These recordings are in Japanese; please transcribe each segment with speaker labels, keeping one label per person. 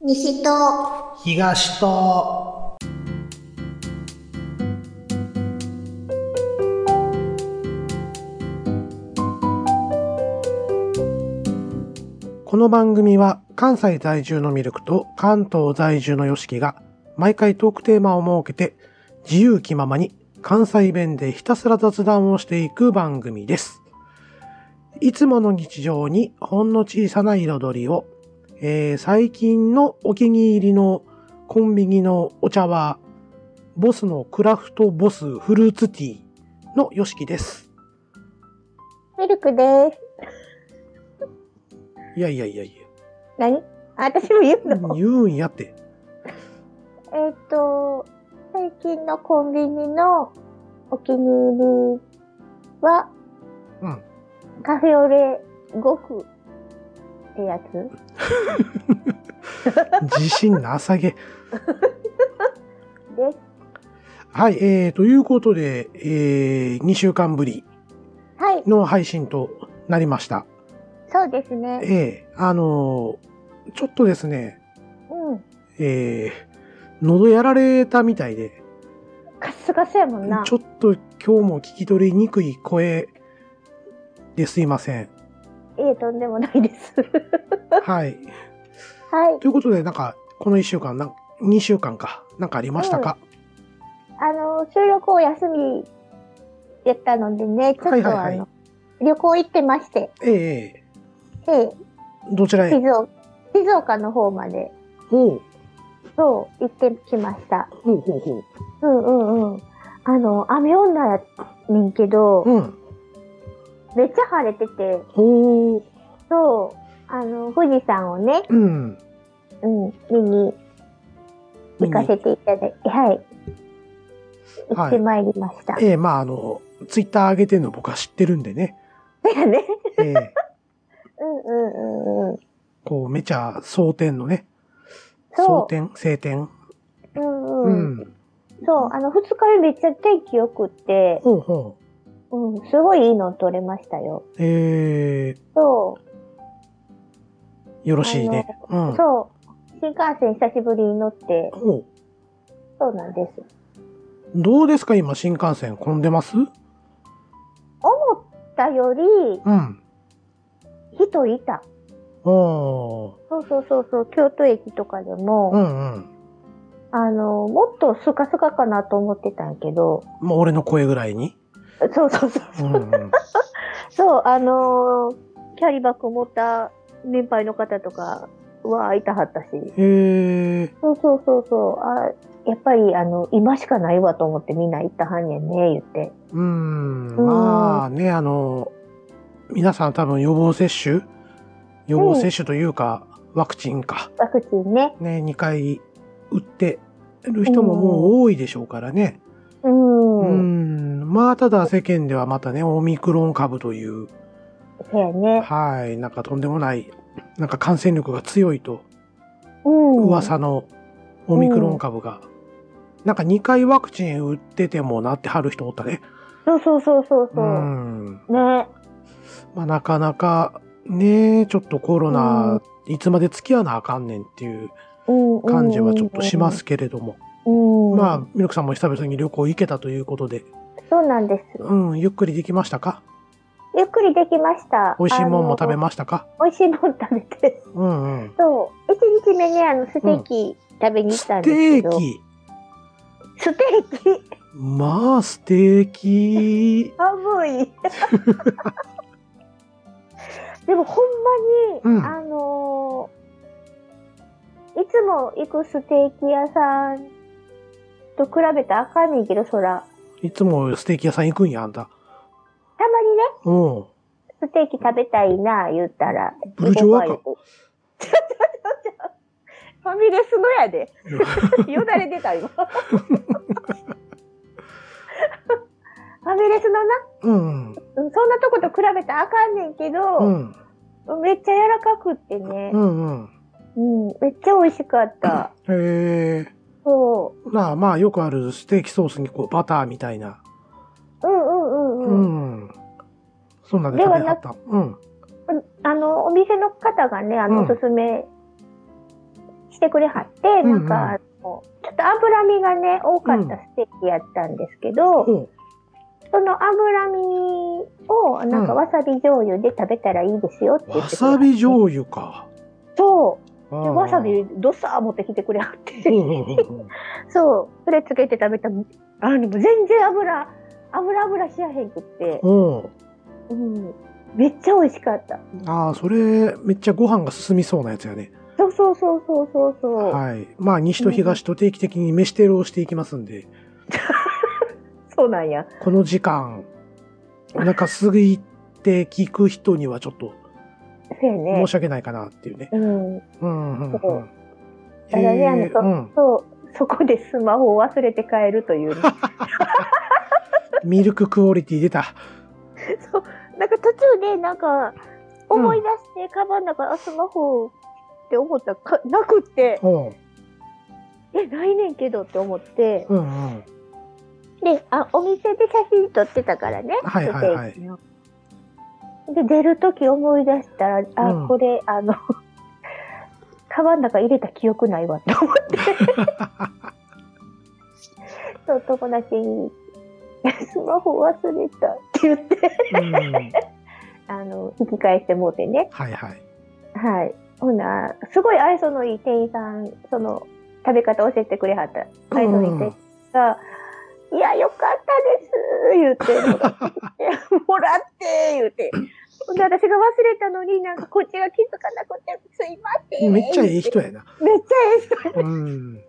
Speaker 1: 西と
Speaker 2: 東とこの番組は関西在住のミルクと関東在住のヨシキが毎回トークテーマを設けて自由気ままに関西弁でひたすら雑談をしていく番組です。いつもの日常にほんの小さな彩りを、えー最近のお気に入りのコンビニのお茶はボスのクラフトボスフルーツティーのヨシキです。
Speaker 1: ミルクです。
Speaker 2: いやいやいやい
Speaker 1: 何あ私も言う
Speaker 2: や、
Speaker 1: の
Speaker 2: 言うんやって。
Speaker 1: えっと、最近のコンビニのお気に入りは、
Speaker 2: うん
Speaker 1: カフェオレ5区ってやつ
Speaker 2: 自信なさげ。
Speaker 1: です。
Speaker 2: はい、えー、ということで、えー、2週間ぶり
Speaker 1: はい、
Speaker 2: の配信となりました。
Speaker 1: そうですね。
Speaker 2: えー、あのーちょっとですね、
Speaker 1: うん。
Speaker 2: えー、喉やられたみたいで、
Speaker 1: カスカスやもんな。
Speaker 2: ちょっと今日も聞き取りにくい声ですいません。
Speaker 1: ええ、とんでもないです。
Speaker 2: はい。
Speaker 1: はい。
Speaker 2: ということで、なんか、この1週間、なん2週間か、なんかありましたか、
Speaker 1: あの、収録お休みやったのでね、ちょっとあ
Speaker 2: は
Speaker 1: の、
Speaker 2: いはいはい
Speaker 1: 旅行行ってまして、
Speaker 2: え
Speaker 1: ええ
Speaker 2: えどちらへ
Speaker 1: 静岡静岡の方まで、
Speaker 2: ほう、
Speaker 1: そう、行ってきました。
Speaker 2: ほうほうほ
Speaker 1: うんうんうん。あの、雨女やねんけど
Speaker 2: う。、うん。
Speaker 1: めっちゃ晴れてて、
Speaker 2: ほう、
Speaker 1: そう、あの、富士山をね、
Speaker 2: うん。
Speaker 1: うん、見に行かせていただいて、はい。行ってまいりました。
Speaker 2: ええまああの、ツイッター上げてるの僕は知ってるんでね。
Speaker 1: だよね。
Speaker 2: ええ
Speaker 1: うんうんうんうん。
Speaker 2: こう、めちゃ蒼天のね。蒼
Speaker 1: そ
Speaker 2: 天晴天
Speaker 1: う。うん
Speaker 2: う
Speaker 1: うん。
Speaker 2: ん。
Speaker 1: そう、あの、二日目めっちゃ天気良くって、
Speaker 2: ほうほう。
Speaker 1: うん、すごいいいの撮れましたよ。
Speaker 2: ええ
Speaker 1: そう。
Speaker 2: よろしいね。うん。
Speaker 1: そう。新幹線久しぶりに乗って、
Speaker 2: ほう
Speaker 1: そうなんです。
Speaker 2: どうですか今、新幹線混んでます
Speaker 1: 思ったより、
Speaker 2: うん。
Speaker 1: 人いた。
Speaker 2: おー。
Speaker 1: そうそうそうそう、京都駅とかでも、
Speaker 2: うんうん。
Speaker 1: あの、もっとスカスカかなと思ってたんやけど、
Speaker 2: まあ、俺の声ぐらいに。
Speaker 1: そうそうそう。
Speaker 2: うんうん。
Speaker 1: そう、あのーキャリバッグ持った年配の方とかは、いたはったし。
Speaker 2: ええ
Speaker 1: そうそうそうそう。あやっぱり、あの、今しかないわと思ってみんな行ったはんやね、言って。
Speaker 2: うん。まあね、あの、皆さん多分予防接種予防接種というか、ワクチンか。
Speaker 1: ワクチンね。
Speaker 2: ね、2回打ってる人ももう多いでしょうからね。
Speaker 1: う。
Speaker 2: うん
Speaker 1: うん、
Speaker 2: ん。まあ、ただ世間ではまたね、オミクロン株という、
Speaker 1: そうやね。
Speaker 2: はい、なんかとんでもない、なんか感染力が強いと、
Speaker 1: うん。
Speaker 2: 噂のオミクロン株が、なんか2回ワクチン打っててもなってはる人おったね。
Speaker 1: そうそうそうそう
Speaker 2: う
Speaker 1: そう。
Speaker 2: ん。
Speaker 1: ね。
Speaker 2: まあ、なかなか、ねちょっとコロナ、いつまで付き合わなあかんねんっていう
Speaker 1: うん。
Speaker 2: 感じはちょっとしま。すけれども。
Speaker 1: うん。
Speaker 2: まあ、ミルクさんも久々に旅行行けたということで、
Speaker 1: あ、そうなんです。
Speaker 2: うん、ゆっくりできましたか
Speaker 1: ゆっくりできました。
Speaker 2: 美味しいもんも食べ
Speaker 1: ま
Speaker 2: ましたか
Speaker 1: 美味しいもん食べて。
Speaker 2: うんうん。
Speaker 1: そう。一日目にあの、ステーキ食べに行っ
Speaker 2: ス
Speaker 1: たんです
Speaker 2: テ
Speaker 1: け
Speaker 2: ー
Speaker 1: ど。
Speaker 2: キ
Speaker 1: ステーキ。ステーキ。
Speaker 2: まあ、ステーキ
Speaker 1: 寒 い。でもほんまに、
Speaker 2: うん
Speaker 1: あのーいつも行くステーキ屋さんと比べたらあかんねんけど、そら。
Speaker 2: いつもステーキ屋さん行くんや、あんた。
Speaker 1: たまにね、
Speaker 2: うん。
Speaker 1: ステーキ食べたいな、言ったら。
Speaker 2: ブルジョワか
Speaker 1: 行こうか言うて。ちょちょちょ ファミレスのや で。よだれ出た、今。ファミレスのな、
Speaker 2: う
Speaker 1: う
Speaker 2: ん。
Speaker 1: んそんなとこと比べたらあかんねんけ
Speaker 2: う
Speaker 1: ど、
Speaker 2: ん。
Speaker 1: めっちゃ柔らかくってね
Speaker 2: う、んうん。
Speaker 1: うん、めっちゃ美味しかった。
Speaker 2: へえ。
Speaker 1: そ
Speaker 2: なあ、まあ、よくあるステーキソースにこう、バターみたいな。
Speaker 1: う。うんうん
Speaker 2: う
Speaker 1: うんうん。
Speaker 2: ん。そんなんで食べはった。うん。
Speaker 1: あの、お店の方がね、あの、お
Speaker 2: うん
Speaker 1: すすめしてくれはって、
Speaker 2: うんう
Speaker 1: なんんか、あのちょっと脂身がね、多かったステーキやったんですけど、
Speaker 2: ほ
Speaker 1: その脂身を、なんかわさび醤油で食べたらいいですよって
Speaker 2: う
Speaker 1: 言
Speaker 2: わ
Speaker 1: ってくれは
Speaker 2: さ
Speaker 1: って
Speaker 2: び醤油か。
Speaker 1: そう。
Speaker 2: あー
Speaker 1: でわさびどっさー持ってきてくれはっ
Speaker 2: うんう
Speaker 1: て。
Speaker 2: んうんうん
Speaker 1: そう。それつけて食べたらあの、全然油、油油しやへんくって、
Speaker 2: うん。
Speaker 1: うん。めっちゃ美味しかった。
Speaker 2: ああ、それ、めっちゃご飯が進みそうなやつやね。
Speaker 1: そうそうそうそうそうそう。
Speaker 2: はい。まあ、西と東と定期的に飯テロをしていきますんで、
Speaker 1: そうなんや。
Speaker 2: この時間、お腹すいて聞く人にはちょっと
Speaker 1: そうやね
Speaker 2: 申。し訳ないかなっていうね。
Speaker 1: うん。
Speaker 2: うんうんうん
Speaker 1: そうただねあの
Speaker 2: えーうん
Speaker 1: そう。そこでスマホを忘れて帰ると いうね、
Speaker 2: ミルククオリティ出た。
Speaker 1: そう。なんか途中で、なんか、思い出して、カバンの中、あ、スマホって思ったらか、なくって、
Speaker 2: うん。
Speaker 1: え、ないねんけどって思って、
Speaker 2: うんうん。
Speaker 1: で、あ、お店で写真撮ってたからね。
Speaker 2: はいはいはい
Speaker 1: ステーキので、出るとき思い出したら、あ、
Speaker 2: うん
Speaker 1: これ、あの、カバンの中入れた記憶ないわって思っ て。そう、友達に、スマホ忘れたって言って、
Speaker 2: うん
Speaker 1: あの、引き返してもうてね。
Speaker 2: はいはい。
Speaker 1: はい。ほな、すごい愛想のいい店員さん、その、食べ方教えてくれはった。愛想のいい店員が、いや、よかった です言って、もらって言って。ほんで、私が忘れたのになんかこっちが気づかなくて、すいません。
Speaker 2: めっちゃいい人
Speaker 1: や。
Speaker 2: やな。
Speaker 1: めっちゃいい人や。
Speaker 2: うん。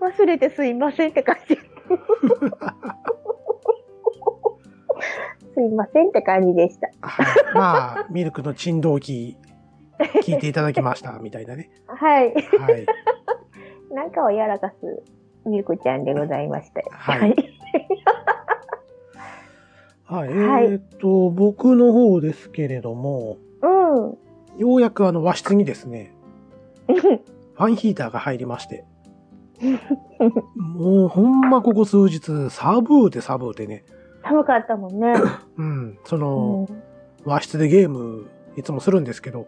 Speaker 1: 忘れてすいませんって感じ。すいませんって感じでした。
Speaker 2: はいまあ、ミルクの珍道記聞いていただきました、みたいなね。
Speaker 1: はい。
Speaker 2: はい。
Speaker 1: なんかをやらかすミルクちゃんでございましたよ。
Speaker 2: はい
Speaker 1: はい。
Speaker 2: はい、え
Speaker 1: はい
Speaker 2: ーっと、僕の方ですけれども、
Speaker 1: うん。
Speaker 2: ようやくあの和室にですね、
Speaker 1: うん
Speaker 2: ファンヒーターが入りまして、もうほんまここ数日、サブーでサブーでね、
Speaker 1: 寒かったもんね。
Speaker 2: うん、そうの
Speaker 1: ん、
Speaker 2: 和室でゲームいつもするんですけど、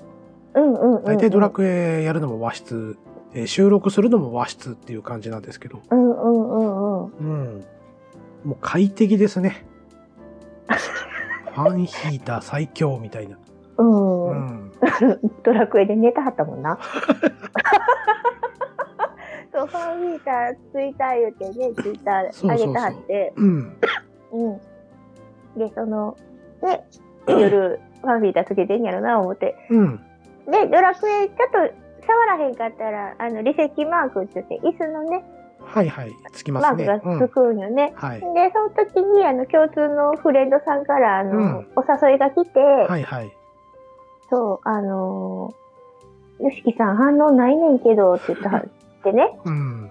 Speaker 1: うんうんうん。
Speaker 2: 大体ドラクエやるのも和室、えー収録するのも和室っていう感じなんですけど、
Speaker 1: うんうんうんうん。
Speaker 2: うん。もう快適ですね。ファンヒーター最強みたいな。
Speaker 1: う、
Speaker 2: うんん。
Speaker 1: ドラクエで寝たはったも んな。そう、ファンヒーターついた言うてね、ツイッターあげたはって。
Speaker 2: うん。
Speaker 1: うん。で、その、ね、夜、ファンヒーターつけてんやろな、思って。
Speaker 2: うん。
Speaker 1: で、ドラクエ、ちょっと触らへんかったら、あの、離席マークって言って、椅子のね、
Speaker 2: はいはい。つきま
Speaker 1: マ
Speaker 2: す
Speaker 1: ーク
Speaker 2: ね。
Speaker 1: が
Speaker 2: うん
Speaker 1: つくんよね。
Speaker 2: はい。
Speaker 1: で、その時に、あの、共通のフレンドさんから、あの、
Speaker 2: うん
Speaker 1: お誘いが来て、
Speaker 2: はいはい。
Speaker 1: そう、あのー、よしきさん反応ないねんけど、って言ったって ね、
Speaker 2: うん。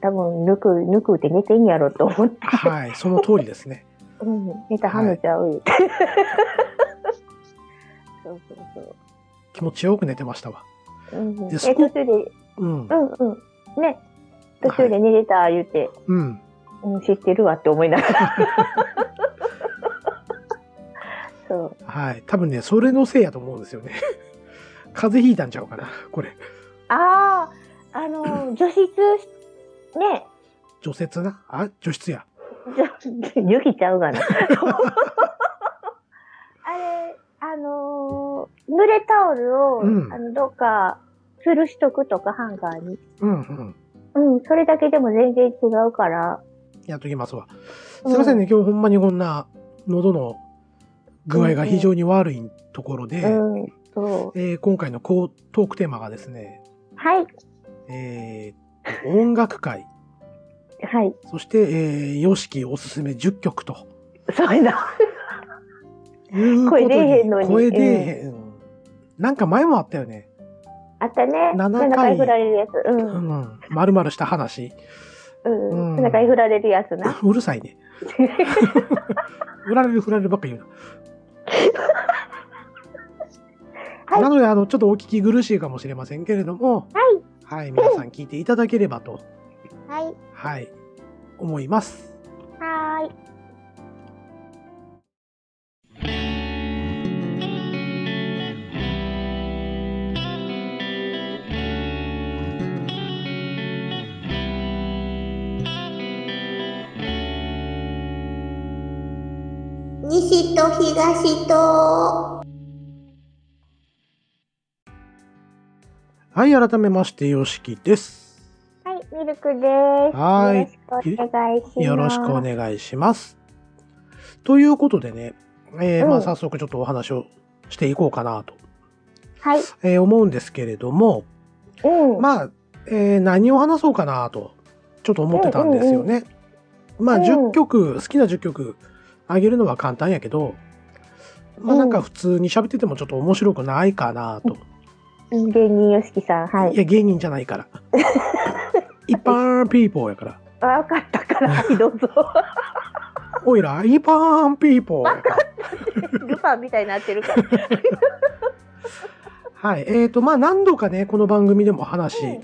Speaker 1: 多分、ぬく、ぬくって寝てんやろと思って、
Speaker 2: はい。その通りですね。
Speaker 1: うん、寝たはんのちゃう、って。 そうそう
Speaker 2: 気持ちよく寝てましたわ。
Speaker 1: そう。うん、
Speaker 2: で
Speaker 1: え、
Speaker 2: そ
Speaker 1: 途
Speaker 2: こ
Speaker 1: 中で、う
Speaker 2: うん。
Speaker 1: んうん、ね、途中で寝れた、言うて、
Speaker 2: うん。
Speaker 1: うん、知ってるわって思いなが ら。そう。
Speaker 2: はい。多分ね、それのせいやと思うんですよね。 風邪ひいたんちゃうかな。これ。
Speaker 1: ああ、あの ー、除湿し、 ね、
Speaker 2: 除雪な。あ、除湿や。
Speaker 1: ゆきちゃう がな。あれ、あのー濡れタオルを、
Speaker 2: うん
Speaker 1: あのどっか吊るしとくとかハンガーに。
Speaker 2: うんうん。
Speaker 1: うん、それだけでも全然違うから。
Speaker 2: やっときますわ。
Speaker 1: うん
Speaker 2: すいませんね、今日ほんまにこんな喉の具合が非常に悪いところで、
Speaker 1: うん、そう。
Speaker 2: えー今回のこうトークテーマがですね、
Speaker 1: はい、
Speaker 2: えーと音楽会、
Speaker 1: はい、
Speaker 2: そして、えー、ヨシキおすすめ10曲と
Speaker 1: そうやな。
Speaker 2: いうこと
Speaker 1: 声
Speaker 2: に
Speaker 1: 出えへんのに
Speaker 2: 声出えへん。なんか前もあったよね。
Speaker 1: あったね。
Speaker 2: 七回
Speaker 1: 7回振られるやつ。う、
Speaker 2: うんん。まるまるした話。
Speaker 1: うん、
Speaker 2: うん
Speaker 1: 7回振られるやつな。
Speaker 2: うるさいね。 振られる振られるばっか言うな。
Speaker 1: はい
Speaker 2: なので、あの、ちょっとお聞き苦しいかもしれませんけれども、はい。皆さん聞いていただければと、
Speaker 1: はい、
Speaker 2: はい、思います。
Speaker 1: はーい。
Speaker 3: 「
Speaker 1: 西と東と。
Speaker 2: はい、改めまして、よしきです。
Speaker 1: はい、ミルクです。
Speaker 2: はい
Speaker 1: よろしくお願いします。
Speaker 2: よろしくお願いします。ということでね、えー
Speaker 1: うん
Speaker 2: まあ、早速ちょっとお話をしていこうかなと、
Speaker 1: はい。
Speaker 2: えー思うんですけれども、
Speaker 1: うん。
Speaker 2: まあ、えー何を話そうかなと、ちょっと思ってたんですよね。まあ、
Speaker 1: うん
Speaker 2: 10曲、好きな10曲あげるのは簡単やけど、まあ、なんか普通に喋っててもちょっと面白くないかなと。
Speaker 1: 芸人よしきさん、はいい。
Speaker 2: や、芸人じゃない から。一般ピーポーやから。
Speaker 1: あわかったから、はい、どうぞ。
Speaker 2: おいら、一般ピーポーやから。
Speaker 1: ルパンみたいになってるから。
Speaker 2: はい。えっ、と、まあ、何度かね、この番組でも話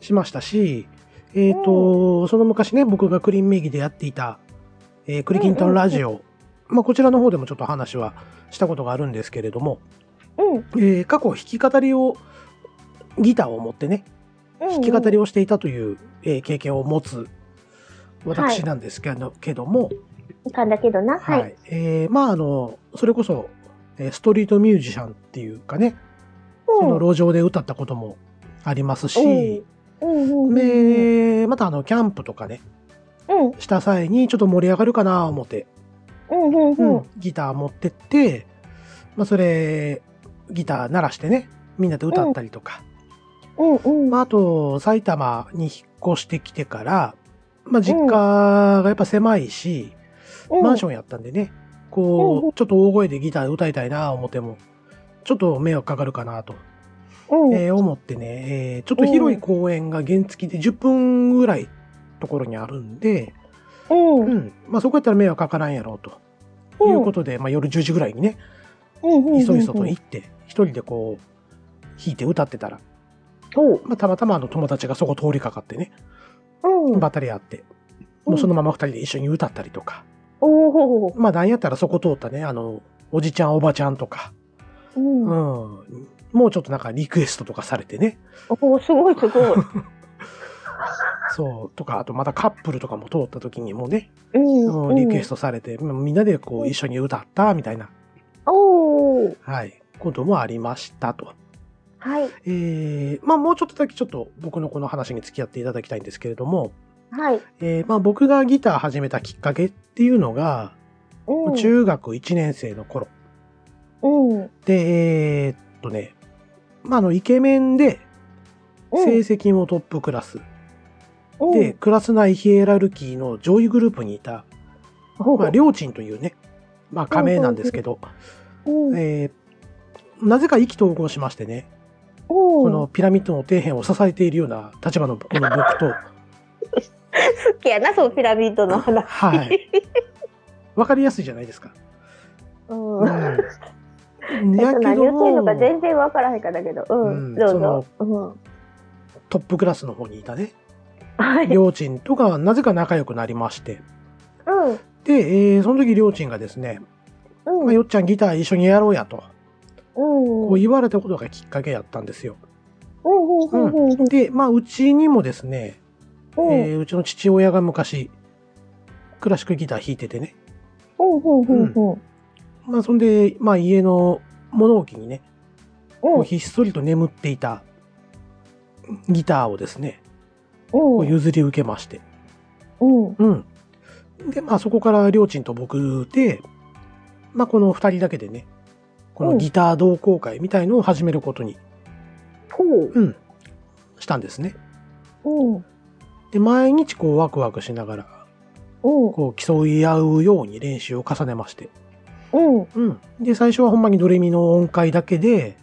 Speaker 2: しましたし、えっ、と、その昔ね、僕がクリーン名義でやっていた、えークリキントンラジオ、まあ、こちらの方でもちょっと話はしたことがあるんですけれども、
Speaker 1: うん。
Speaker 2: えー過去弾き語りを、ギターを持ってね、弾き語り
Speaker 1: を。
Speaker 2: をしていたという、えー経験を持つ、私なんですけど,、けども、
Speaker 1: いかんだけどな。は。
Speaker 2: はいい。えーまあ、あの、それこそ、えーストリートミュージシャンっていうかね、その路上で歌ったこともありますし、
Speaker 1: うん。うん。うん。
Speaker 2: で、またあの、キャンプとかね、
Speaker 1: うん。
Speaker 2: した際にちょっと盛り上がるかな思って、
Speaker 1: うん。うん。うん。うん。
Speaker 2: ギター持ってって、まあ、それ、ギター鳴らしてね、みんなで歌ったりとか、
Speaker 1: うん。うん。
Speaker 2: まあ、あと、埼玉に引っ越してきてから、まあ、実家がやっぱ狭いし、マンションやったんでね、
Speaker 1: うんう
Speaker 2: こう、ちょっと大声でギター歌いたいな思っても、ちょっと迷惑かかるかなと、
Speaker 1: うん。
Speaker 2: えー思ってね、えーちょっと広い公園が原付で10分ぐらいところにあるんで、
Speaker 1: うん。
Speaker 2: う
Speaker 1: うん。
Speaker 2: ん、まあそこやったら迷惑かからんやろうと。いうことで、まあ夜10時ぐらいにね、
Speaker 1: うん。
Speaker 2: いそいそと行って、一人でこう、弾いて歌ってたら、
Speaker 1: おう。
Speaker 2: まあたまたまあの友達がそこ通りかかってね、
Speaker 1: うん。
Speaker 2: ばったり会って、もうそのまま二人で一緒に歌ったりとか、
Speaker 1: おおう。
Speaker 2: まあなんやったらそこ通ったね、あの、おじちゃんおばちゃんとか、
Speaker 1: うん。
Speaker 2: う
Speaker 1: お
Speaker 2: ん。もうちょっとなんかリクエストとかされてね。
Speaker 1: おすごいすご い。
Speaker 2: そう。とか、あとまたカップルとかも通った時にもね、
Speaker 1: う。
Speaker 2: うんん、リクエス
Speaker 1: ト。
Speaker 2: トされて、みんなでこう一緒に歌ったみたいな、
Speaker 1: おお。
Speaker 2: はい、こともありましたと。
Speaker 1: はい。
Speaker 2: えー、まあもうちょっとだけちょっと僕のこの話に付き合っていただきたいんですけれども、
Speaker 1: はい。
Speaker 2: えー、まあ僕がギター始めたきっかけっていうのが、
Speaker 1: うん。
Speaker 2: 中学1年生の頃
Speaker 1: うん。うん。
Speaker 2: で、えーっとね、まああのイケメンで成績もトップクラス、で、クラス内ヒエラルキーの上位グループにいた、
Speaker 1: うん、
Speaker 2: まあ、りょうちんというね、まあ、仮名なんですけど、
Speaker 1: うん、
Speaker 2: えーなぜか意気投合しましてね、こ
Speaker 1: こ
Speaker 2: のピラミッドの底辺を支えているような立場のこの僕と、
Speaker 1: 好きやな、そのピラミッドの話。
Speaker 2: はい。わかりやすいじゃないですか。
Speaker 1: うん。
Speaker 2: うん。
Speaker 1: えっ
Speaker 2: や
Speaker 1: と、
Speaker 2: け
Speaker 1: 何
Speaker 2: ど
Speaker 1: 言ってんのか
Speaker 2: も、
Speaker 1: 全然わからへんからだけど、う
Speaker 2: うん
Speaker 1: ん、どうぞ。うん、
Speaker 2: トップクラスの方にいたね、
Speaker 1: はい。
Speaker 2: りょうちんとがなぜか仲良くなりまして、
Speaker 1: うん、
Speaker 2: で、えーその時りょうちんがですね、
Speaker 1: うん、
Speaker 2: まあ、よっちゃんギター一緒にやろうやと、
Speaker 1: うん、
Speaker 2: こう言われたことがきっかけやったんですよ。
Speaker 1: うん、うん、うん、うん、
Speaker 2: で、まあ、うちにもですね、
Speaker 1: うん、
Speaker 2: えーうちの父親が昔、クラシックギター弾いててね。
Speaker 1: うん、うん、うん、
Speaker 2: まあ、そんで、まあ、家の物置にね、こ
Speaker 1: う、
Speaker 2: うんひっそりと眠っていたギターをですね、こう
Speaker 1: うん、
Speaker 2: 譲り受けまして。
Speaker 1: うん、
Speaker 2: うん。で、まあ、そこから、りょうちんと僕で、まあ、この二人だけでね、このギター同好会みたいのを始めることに、
Speaker 1: こ
Speaker 2: うん、したんですね。
Speaker 1: う、うん、
Speaker 2: で、毎日こう、ワクワクしながら、
Speaker 1: うん、
Speaker 2: こう、競い合うように練習を重ねまして。
Speaker 1: うん、
Speaker 2: うん。で、最初はほんまにドレミの音階だけで、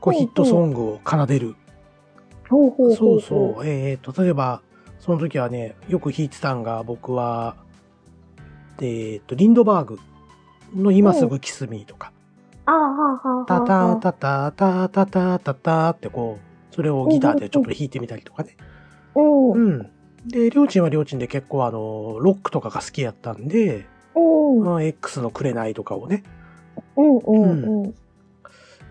Speaker 2: こう
Speaker 1: うんう
Speaker 2: ヒ
Speaker 1: ん
Speaker 2: ットソングを奏でる。
Speaker 1: ほうほう
Speaker 2: そ
Speaker 1: ほ
Speaker 2: う
Speaker 1: う。
Speaker 2: そう。えっ、と、例えば、その時はね、よく弾いてたんが、僕は、えっ、と、リンドバーグの今すぐキスミーとか、
Speaker 1: あーはーはー
Speaker 2: タ
Speaker 1: はー
Speaker 2: タ
Speaker 1: はー。
Speaker 2: タタタタタタタってこう、それをギターでちょっと弾いてみたりとかね。
Speaker 1: うん、う、
Speaker 2: うんん。で、りょうちんはりょうちんで結構あの、ロックとかが好きやったんで、
Speaker 1: うん、
Speaker 2: まあ X の紅とかをね、
Speaker 1: うん、うん、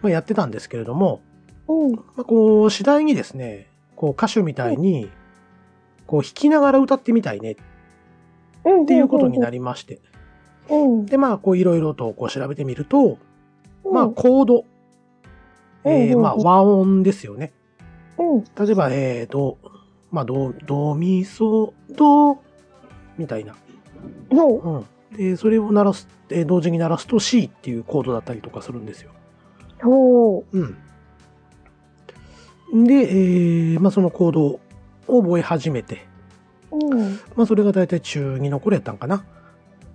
Speaker 2: まあ、やってたんですけれども、
Speaker 1: うん、
Speaker 2: まあ、こう、次第にですね、こう、歌手みたいに、こう、弾きながら歌ってみたいねっ
Speaker 1: うん。
Speaker 2: ていうことになりまして。
Speaker 1: うん。
Speaker 2: で、まあ、こういろいろとこう調べてみると、まあ、
Speaker 1: うん
Speaker 2: コード。えー
Speaker 1: うん
Speaker 2: まあ、和音ですよね。
Speaker 1: うん。
Speaker 2: 例えば、えー、ど、まあ、ど、どみそ、ど、みたいな。
Speaker 1: の、
Speaker 2: うん。で、それを鳴らす、えー同時に鳴らすと C っていうコードだったりとかするんですよ。
Speaker 1: ほ
Speaker 2: うん。で、えーまあ、そのコードを覚え始めて、
Speaker 1: う。うん。
Speaker 2: まあ、それが大体中2の頃やったんかな。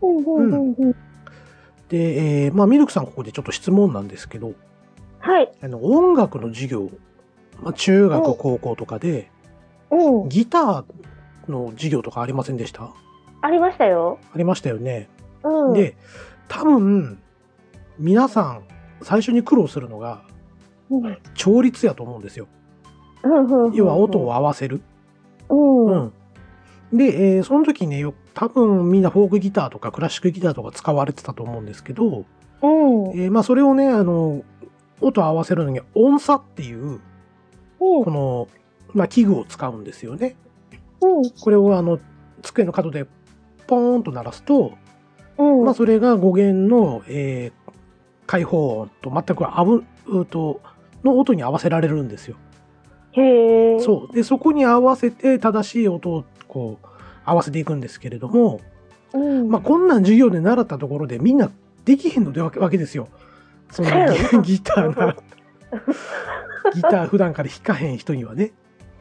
Speaker 1: うんうんうんうん。
Speaker 2: で、えーまあ、ミルクさんここでちょっと質問なんですけど、
Speaker 1: はい。
Speaker 2: あの、音楽の授業、まあ、中
Speaker 1: う
Speaker 2: 学、
Speaker 1: ん
Speaker 2: 高校とかで、
Speaker 1: うん。
Speaker 2: ギターの授業とかありませんでしたあ
Speaker 1: ありましたよ。
Speaker 2: りましたよね。
Speaker 1: うん。
Speaker 2: で、多分、皆さん、最初に苦労するのが、
Speaker 1: うん、
Speaker 2: 調律やと思うんですよ。
Speaker 1: うんうんうん。
Speaker 2: 要は音を合わせる。
Speaker 1: うん。う。
Speaker 2: うんん。で、えーその時ね、よ多分みんなフォークギターとかクラシックギターとか使われてたと思うんですけど、
Speaker 1: うん。
Speaker 2: えーまあそれをね、あの、音を合わせるのに音差っていう、この、まあ器具を使うんですよね。
Speaker 1: うん。
Speaker 2: これをあの、机の角でポーンと鳴らすと、
Speaker 1: うん。
Speaker 2: まあそれが語源の、えー開放音と全く合う、うーと、の音に合わせられるんですよ。
Speaker 1: へえ。
Speaker 2: そう。で、そこに合わせて正しい音をこう、合わせていくんですけれども、
Speaker 1: う。うん。
Speaker 2: まあ、こんなん授業で習ったところでみんなできへんのでわけわけですよ。その
Speaker 1: そうやろな
Speaker 2: ギギタ ーが。ギター普段から弾かへん人にはね。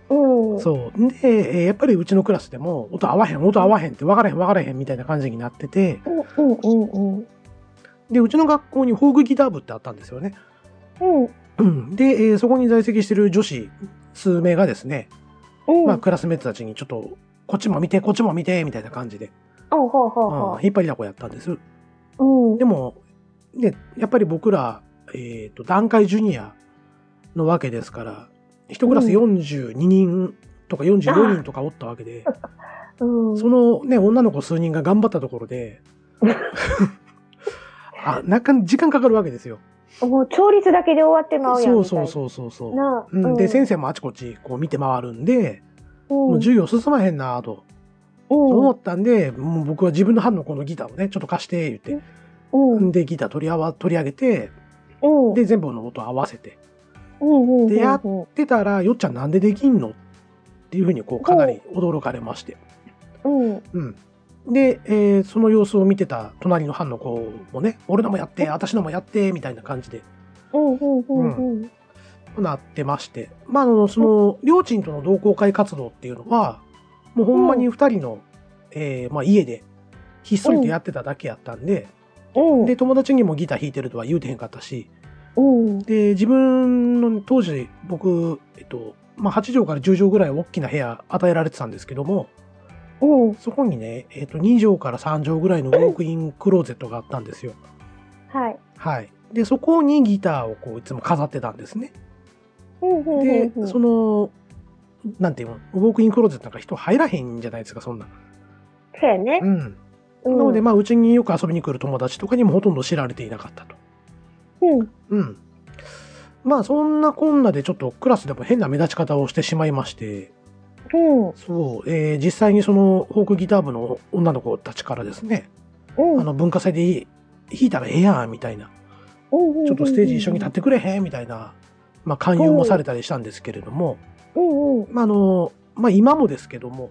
Speaker 1: うん。
Speaker 2: そう。で、えーやっぱりうちのクラスでも音合わへん、音合わへんって分からへん分からへんみたいな感じになってて、
Speaker 1: うんうんうんうん。
Speaker 2: で、うちの学校にフォークギター部ってあったんですよね。
Speaker 1: うん。
Speaker 2: うんで、えーそこに在籍してる女子数名がですね、
Speaker 1: うん。
Speaker 2: まあクラスメートたちにちょっと、こっちも見て、こっちも見て、みたいな感じで、
Speaker 1: あ、はあは
Speaker 2: う
Speaker 1: あ
Speaker 2: ん
Speaker 1: はあ。
Speaker 2: 引っ張りだこやったんです。
Speaker 1: うん。
Speaker 2: でも、ね、やっぱり僕ら、えっ、と、段階ジュニアのわけですから、一クラス42人とか44人とかおったわけで、
Speaker 1: うん。
Speaker 2: そのね、女の子数人が頑張ったとこ ろで、あ、なか、時間かかるわけですよ。
Speaker 1: もう調律だけで終わってまうやん
Speaker 2: そ
Speaker 1: み
Speaker 2: う
Speaker 1: たい
Speaker 2: そ
Speaker 1: な。
Speaker 2: うそうそうそう。
Speaker 1: なあ。
Speaker 2: うん、で、先
Speaker 1: 生、
Speaker 2: 生もあちこちこう見て回るんで、
Speaker 1: も
Speaker 2: もう授業進まへんなぁと思ったんで、もう僕は自分の班のこのギターをね、ちょっと貸して、言って。
Speaker 1: うん。うん。
Speaker 2: で、ギター取りあわ取り上げて、
Speaker 1: うん。
Speaker 2: で、全部の音合わせて。
Speaker 1: うんうんうんうん、
Speaker 2: でやっってたら、よっちゃんなんでできんのっていうふうにこうかなり驚かれまして。
Speaker 1: うん。
Speaker 2: うん、で、えーその様子を見てた隣の班の子もね、俺のもやって、私のもやって、みたいな感じで
Speaker 1: うんうんうんうん。
Speaker 2: なってまして。まあ、あの、その、りょうちんとの同好会活動っていうのは、もうほんまに二人の、えーまあ、家で、ひっそりとやってただけやったんで、
Speaker 1: うん。
Speaker 2: で、友達にもギター弾いてるとは言うてへんかったし、
Speaker 1: うん。
Speaker 2: で、自分の当時、僕、えっと、まあ、8畳から10畳ぐらい大きな部屋与えられてたんですけども、
Speaker 1: うん。
Speaker 2: そこにね、えっと、2畳から3畳ぐらいのウォークインクローゼットがあったんですよ。
Speaker 1: はい。
Speaker 2: はい。で、そこにギターをこう、いつも飾ってたんですね。
Speaker 1: うんうん
Speaker 2: で
Speaker 1: うんう、ん。
Speaker 2: その、なんていうの、ウォークインクローゼットなんか人入らへんじゃないですか、そんな。
Speaker 1: そうやね
Speaker 2: う。ん。
Speaker 1: うん
Speaker 2: なので、まあ、うちによく遊びに来る友達とかにもほとんど知られていなかったと。
Speaker 1: うん。
Speaker 2: うん。まあ、そんなこんなでちょっとクラスでも変な目立ち方をしてしまいまして、
Speaker 1: うん。
Speaker 2: そう、えー実際にそのフォークギター部の女の子たちからですね、
Speaker 1: うん。
Speaker 2: あの文化祭で弾いたらええやんみたいな、
Speaker 1: うんうんうんうん、
Speaker 2: ちょっとステージ一緒に立ってくれへんみたいな、まあ、勧誘もされたりしたんですけれども、
Speaker 1: うんうん。
Speaker 2: まああのまあ、今もですけども、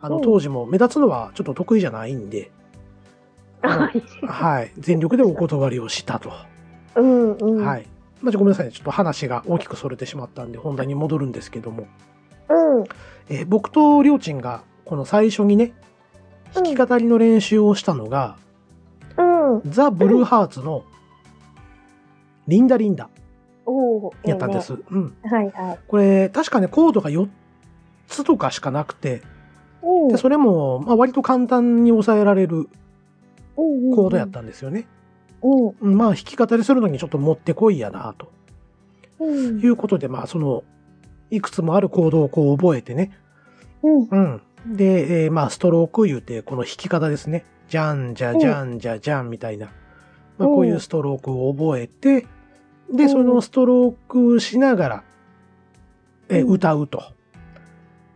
Speaker 2: あの
Speaker 1: うん
Speaker 2: 当時も目立つのはちょっと得意じゃないんで、
Speaker 1: あ
Speaker 2: あのはい、全力でお断りをしたと。
Speaker 1: うんうん。
Speaker 2: はいまあ、ちょごめんなさいね、ちょっと話が大きくそれてしまったんで、本題に戻るんですけども、
Speaker 1: うん。
Speaker 2: えー僕とりょうちんが、この最初にね、弾き語りの練習をしたのが、
Speaker 1: うん。
Speaker 2: ザ・ブルーハーツのリンダ・リンダ
Speaker 1: おお。
Speaker 2: やったんです。
Speaker 1: い
Speaker 2: うん。
Speaker 1: いね。はいはい。
Speaker 2: これ、確かね、コードが4つとかしかなくて、
Speaker 1: うん。
Speaker 2: でそれも、まあ、割と簡単に抑えられる
Speaker 1: うんうん
Speaker 2: コードやっ。たんですよね。
Speaker 1: うん。うん
Speaker 2: うんまあ、弾き語りするのにちょっともってこいやな、と
Speaker 1: うん。
Speaker 2: いうことで、まあ、その、いくつもあるコードをこう覚えてね。
Speaker 1: うん。
Speaker 2: うん。で、えーまあ、ストローク言うて、この弾き方ですね。じゃんじゃじゃんじゃじゃんみたいな。まあ、
Speaker 1: うん
Speaker 2: こういうストロークを覚えて、
Speaker 1: う
Speaker 2: で、
Speaker 1: ん
Speaker 2: そのストロークしながら、えー
Speaker 1: うん
Speaker 2: 歌うと。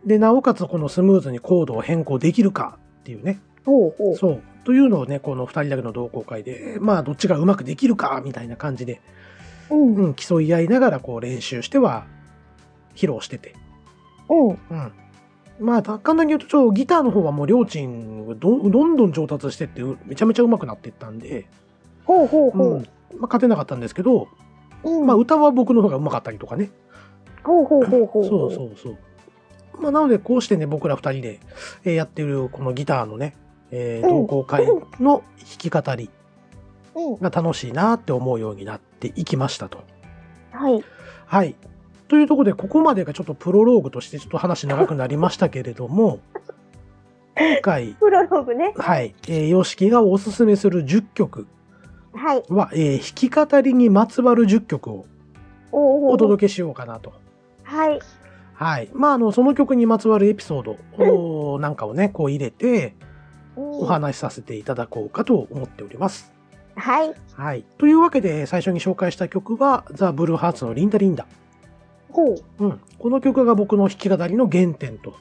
Speaker 2: で、なおかつこのスムーズにコードを変更できるかっていうね。
Speaker 1: ほうほう。
Speaker 2: そう。というのをね、この2人だけの同好会で、まあ、どっちがうまくできるか、みたいな感じで、
Speaker 1: うん。
Speaker 2: うん、競い合いながら、こう、練習しては、披露してて。
Speaker 1: うん。
Speaker 2: うん。まあ、簡単に言うと、ちょ、ギターの方はもう、りょうちんがど、どんどん上達してって、うめちゃめちゃ上手くなっていったんで、
Speaker 1: ほうほう
Speaker 2: う
Speaker 1: ほ
Speaker 2: ん。まあ、勝てなかったんですけど、
Speaker 1: う。うん。
Speaker 2: まあ、歌は僕の方が上手かったりとかね。
Speaker 1: ほうほうほうほう。
Speaker 2: そうそうそう。まあ、なので、こうしてね、僕ら二人で、えーやってる、このギターのね、えー
Speaker 1: うん
Speaker 2: 同好会の弾き語り
Speaker 1: う。うん。
Speaker 2: が楽しいなって思うようになっていきましたと。
Speaker 1: はい。
Speaker 2: はい。というところで、ここまでがちょっとプロローグとして、ちょっと話長くなりましたけれども、今回、
Speaker 1: プロローグね。
Speaker 2: はい、えー、YOSHIKI がおすすめする10曲
Speaker 1: はい。
Speaker 2: は、えー弾き語りにまつわる10曲を
Speaker 1: おうおう
Speaker 2: お届けしようかなと。
Speaker 1: はい。
Speaker 2: はい。まあ、あの、その曲にまつわるエピソードおーなんかをね、こう入れて、お
Speaker 1: お
Speaker 2: 話しさせていただこうかと思っております。
Speaker 1: はい。
Speaker 2: はい。というわけで、最初に紹介した曲は、ザ・ブルーハーツのリンダリンダ。
Speaker 1: ほう。
Speaker 2: うん。この曲が僕の弾き語りの原点と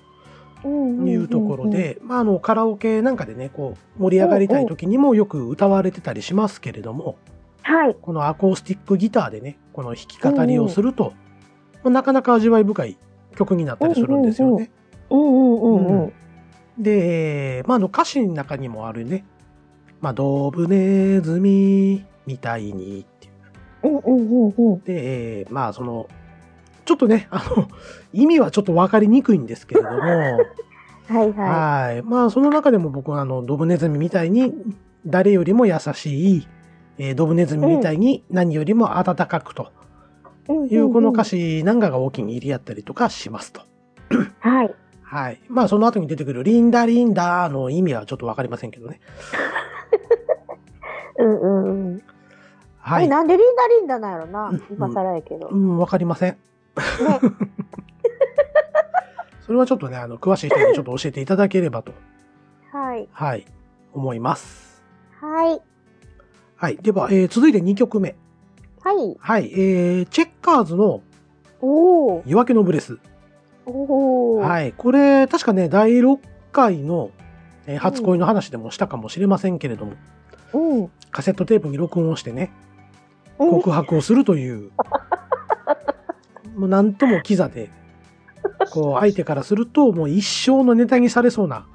Speaker 1: うん
Speaker 2: いうところ。で、まあ、あの、カラオケなんかでね、こう、盛り上がりたい時にもよく歌われてたりしますけれども、
Speaker 1: はい。
Speaker 2: このアコースティックギターでね、この弾き語りをすると、まあなかなか味わい深い曲になったりするんですよ
Speaker 1: うんうん
Speaker 2: ね。
Speaker 1: うんうんうんうん。
Speaker 2: で、まあ、あの歌詞の中にもあるね、まあ、ドブネズミみたいにってい
Speaker 1: う
Speaker 2: う。
Speaker 1: んうんうんうん。
Speaker 2: で、えーまあ、その、ちょっとね、あの、意味はちょっとわかりにくいんですけれども、
Speaker 1: はいは
Speaker 2: はい。まあ、その中でも僕は、あの、ドブネズミみたいに、誰よりも優しい、えードブネズミみたいに何よりも温かくと
Speaker 1: い。んんん
Speaker 2: いう、この歌。詞なんかが大きに入り合ったりとかしますと。
Speaker 1: はい。
Speaker 2: はい。まあ、その後に出てくる、リンダリンダの意味はちょっとわかりませんけどね。
Speaker 1: うんうんうん。
Speaker 2: は
Speaker 1: え
Speaker 2: い。
Speaker 1: なんでリンダリンダなんやろな
Speaker 2: うん。
Speaker 1: 今更やけど
Speaker 2: う。ん、わかりません。 それはちょっとね、あの、詳しい人にちょっと教えていただければと、
Speaker 1: はい。
Speaker 2: はい、思います。
Speaker 1: はい。
Speaker 2: はい。では、えー続いて2曲目。
Speaker 1: はい。
Speaker 2: はい。えー、チェッカーズの
Speaker 1: おお。
Speaker 2: 夜明けのブレス。
Speaker 1: おお。い。
Speaker 2: はい。これ、確かね、第6回の、えー初恋の話でもしたかもしれませんけれども、
Speaker 1: うん。
Speaker 2: カセットテープに録音をしてね、
Speaker 1: うん
Speaker 2: 告白をするという、もうなんともキザで、こう、相手からすると、もう一生のネタにされそうな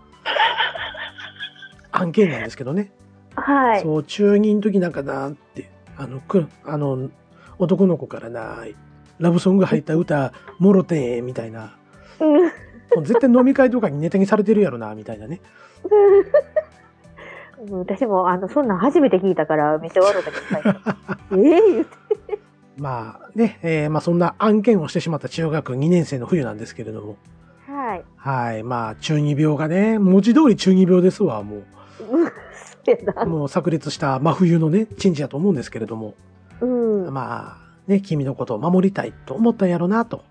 Speaker 2: 案件なんですけどね。
Speaker 1: はい。
Speaker 2: そう、中2の時なんかなーって、あの、く、あの、男の子からなー、ラブソング入った歌、もろてー、みたいな。
Speaker 1: うん。
Speaker 2: もう絶対飲み会とかにネタにされてるやろな、みたいなね。
Speaker 1: 私もあのそんなん初めて聞いたからめっちゃ笑ったけど最 初ええ言って
Speaker 2: まあね、えーまあそんな案件をしてしまった中学2年生の冬なんですけれども。
Speaker 1: はい
Speaker 2: はい、まあ中二病がね、文字通り中二病ですわ、も
Speaker 1: うんそうや
Speaker 2: う。
Speaker 1: な
Speaker 2: もう炸裂した真冬のね、チンジだと思うんですけれども。
Speaker 1: うんうん
Speaker 2: まあ、ね、君のことを守りたいと思ったんやろな、と。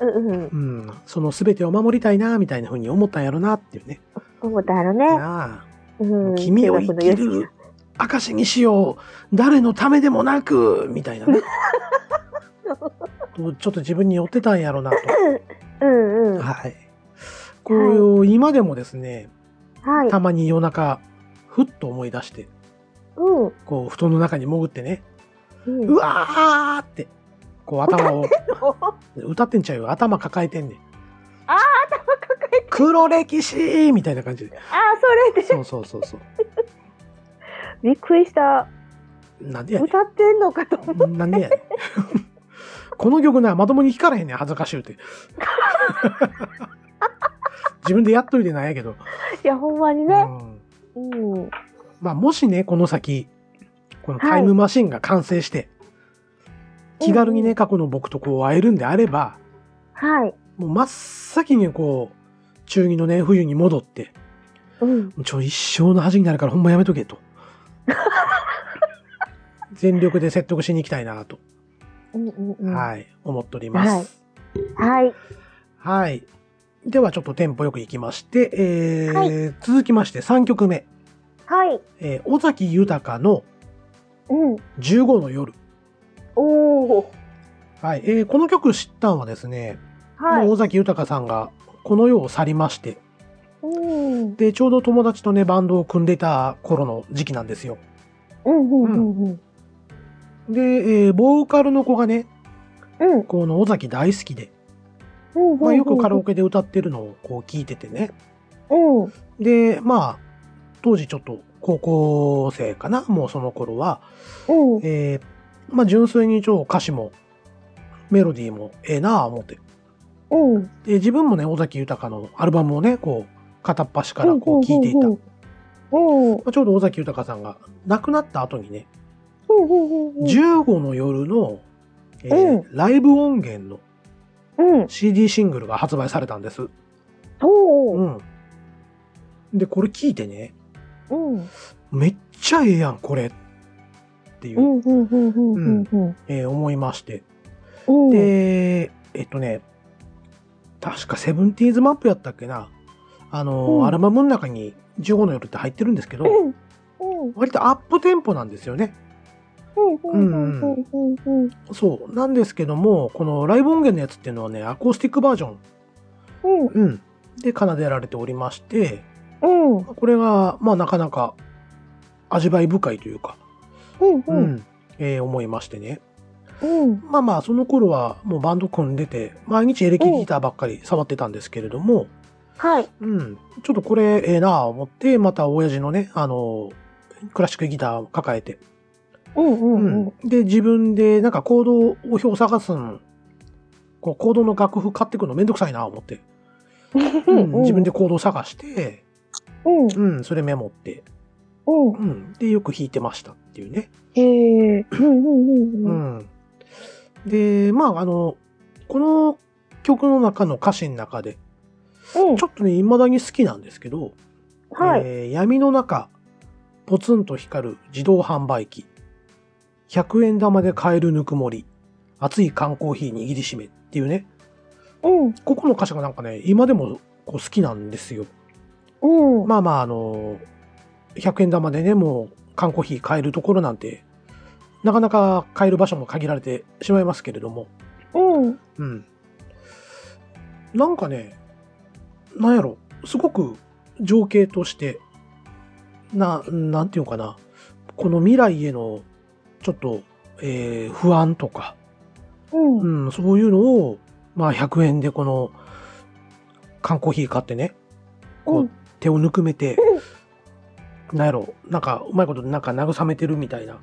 Speaker 1: うん
Speaker 2: うん、その全てを守りたいな、みたいな風に思ったんやろな、っていうね。
Speaker 1: 思ったやろね
Speaker 2: なあ、
Speaker 1: うん
Speaker 2: 君を生き
Speaker 1: 中学のよ
Speaker 2: る証にしよう誰のためでもなくみたい なねとちょっと自分に寄ってたんやろなと
Speaker 1: うんうんは
Speaker 2: はいこう、今でもですね
Speaker 1: い
Speaker 2: たまに夜中ふっと思い出して
Speaker 1: うん
Speaker 2: こう布団の中に潜ってね
Speaker 1: うん
Speaker 2: うわーってこう頭 を歌ってんちゃうよ頭抱えてんねん
Speaker 1: あー
Speaker 2: 頭抱えて黒歴史みたいな感じで
Speaker 1: あーそれで
Speaker 2: そうそうそうそう
Speaker 1: びっくりした
Speaker 2: なんでやねん
Speaker 1: 歌ってんのかと思う
Speaker 2: なんでやねん この曲な、まともに弾かれへんねん、恥ずかしゅう て。自分でやっといてないやけど。
Speaker 1: いやほんまに
Speaker 2: う
Speaker 1: ね
Speaker 2: ん
Speaker 1: うん
Speaker 2: まあ、もしね、この先、このタイムマシンが完成して、気軽に
Speaker 1: う
Speaker 2: ね、
Speaker 1: ん
Speaker 2: 過去の僕とこう会えるんであれば、
Speaker 1: はい
Speaker 2: もう真っ先にこう、中二のね、冬に戻って、
Speaker 1: うん
Speaker 2: ちょ、一生の恥になるからほんまやめと けと。全力で説得しに行きたいなと、
Speaker 1: うんうんうんは
Speaker 2: はい、思っております。
Speaker 1: はいい
Speaker 2: はい。ではちょっとテンポよくいきまして、えー
Speaker 1: は
Speaker 2: 続きまして3曲目、
Speaker 1: はい
Speaker 2: えー尾崎豊の
Speaker 1: うん
Speaker 2: 15の夜。
Speaker 1: おお
Speaker 2: はい。えーこの曲知ったんはですね、
Speaker 1: はい
Speaker 2: 尾崎豊さんがこの世を去りまして、
Speaker 1: うん。
Speaker 2: で、ちょうど友達とね、バンドを組んでいた頃の時期なんですよ。
Speaker 1: うんうんうんうん。
Speaker 2: で、えーボーカルの子がね、
Speaker 1: うん。
Speaker 2: この尾崎大好きで、
Speaker 1: うんうん。
Speaker 2: まあ、よくカラオケで歌ってるのをこう聞いててね。
Speaker 1: うん。うん。
Speaker 2: で、まあ、当時ちょっと高校生かな、もうその頃は、
Speaker 1: うん。
Speaker 2: えーまあ純粋に超歌詞もメロディーもええなあ思って。
Speaker 1: うん。
Speaker 2: で、自分もね、尾崎豊のアルバムをね、こう、片っ端からこう聴いていた。
Speaker 1: うんう
Speaker 2: ま
Speaker 1: んうん。
Speaker 2: あちょうど尾崎豊さんが亡くなった後にね、
Speaker 1: うんうんうんうん。
Speaker 2: 15の夜の、えー
Speaker 1: う
Speaker 2: ライブ音源の
Speaker 1: うん。
Speaker 2: CD シングルが発売されたんです。
Speaker 1: お
Speaker 2: う
Speaker 1: ー
Speaker 2: ん。で、これ聞いてね、
Speaker 1: うん。
Speaker 2: めっちゃええやん、これっていう、
Speaker 1: うんうんうんうんうん
Speaker 2: えー思いまして。
Speaker 1: うん。
Speaker 2: で、えっとね、確かセブンティーズマップやったっけな。あの、
Speaker 1: うん
Speaker 2: アルバムの中に15の夜って入ってるんですけど、
Speaker 1: うん。うん。
Speaker 2: 割とアップテンポなんですよね。
Speaker 1: うん。うん。うん。うん。
Speaker 2: そう。なんですけども、このライブ音源のやつっていうのはね、アコースティックバージョン、
Speaker 1: うん。
Speaker 2: うん、で奏でられておりまして、
Speaker 1: うん。
Speaker 2: これが、まあなかなか味わい深いというか、
Speaker 1: うん。
Speaker 2: う、
Speaker 1: うんん。
Speaker 2: えー思いましてね。
Speaker 1: うん。
Speaker 2: まあまあ、その頃はもうバンド組んでて、毎日エレキギターばっかり触ってたんですけれども、
Speaker 1: はい。
Speaker 2: うん。ちょっとこれ、ええなあ思って、また親父のね、あの、クラシックギターを抱えて。
Speaker 1: うんうんうん。
Speaker 2: で、自分でなんかコードを表を探すん。こう、コードの楽譜買ってくるのめんどくさいなあ思って。うん自分でコードを探して、
Speaker 1: うん。
Speaker 2: うん、それメモって。
Speaker 1: うん。
Speaker 2: うん。で、よく弾いてましたっていうね。
Speaker 1: へえ。うんうんう
Speaker 2: うん
Speaker 1: うん。
Speaker 2: ん。で、まあ、あの、この曲の中の歌詞の中で、
Speaker 1: うん
Speaker 2: ち。ょっとね、未だに好きなんですけど、
Speaker 1: はい。
Speaker 2: えー闇の中、ポツンと光る自動販売機。100円玉で買えるぬくもり。熱い缶コーヒー握りしめっていうね。
Speaker 1: うん。
Speaker 2: ここの歌詞がなんかね、今でもこう好きなんですよ。
Speaker 1: うん。
Speaker 2: まあまあ、あのー、100円玉でね、もう缶コーヒー買えるところなんて、なかなか買える場所も限られてしまいますけれども。
Speaker 1: うん。
Speaker 2: うん。なんかね、なんやろ、すごく情景として、な、なんていうのかな、この未来への、ちょっと、えー不安とか、
Speaker 1: うん。
Speaker 2: うん、そういうのを、まあ、100円でこの、缶コーヒー買ってね、こ
Speaker 1: うん
Speaker 2: う、手をぬくめて、なんやろ、なんか、うまいこと、なんか慰めてるみたいな、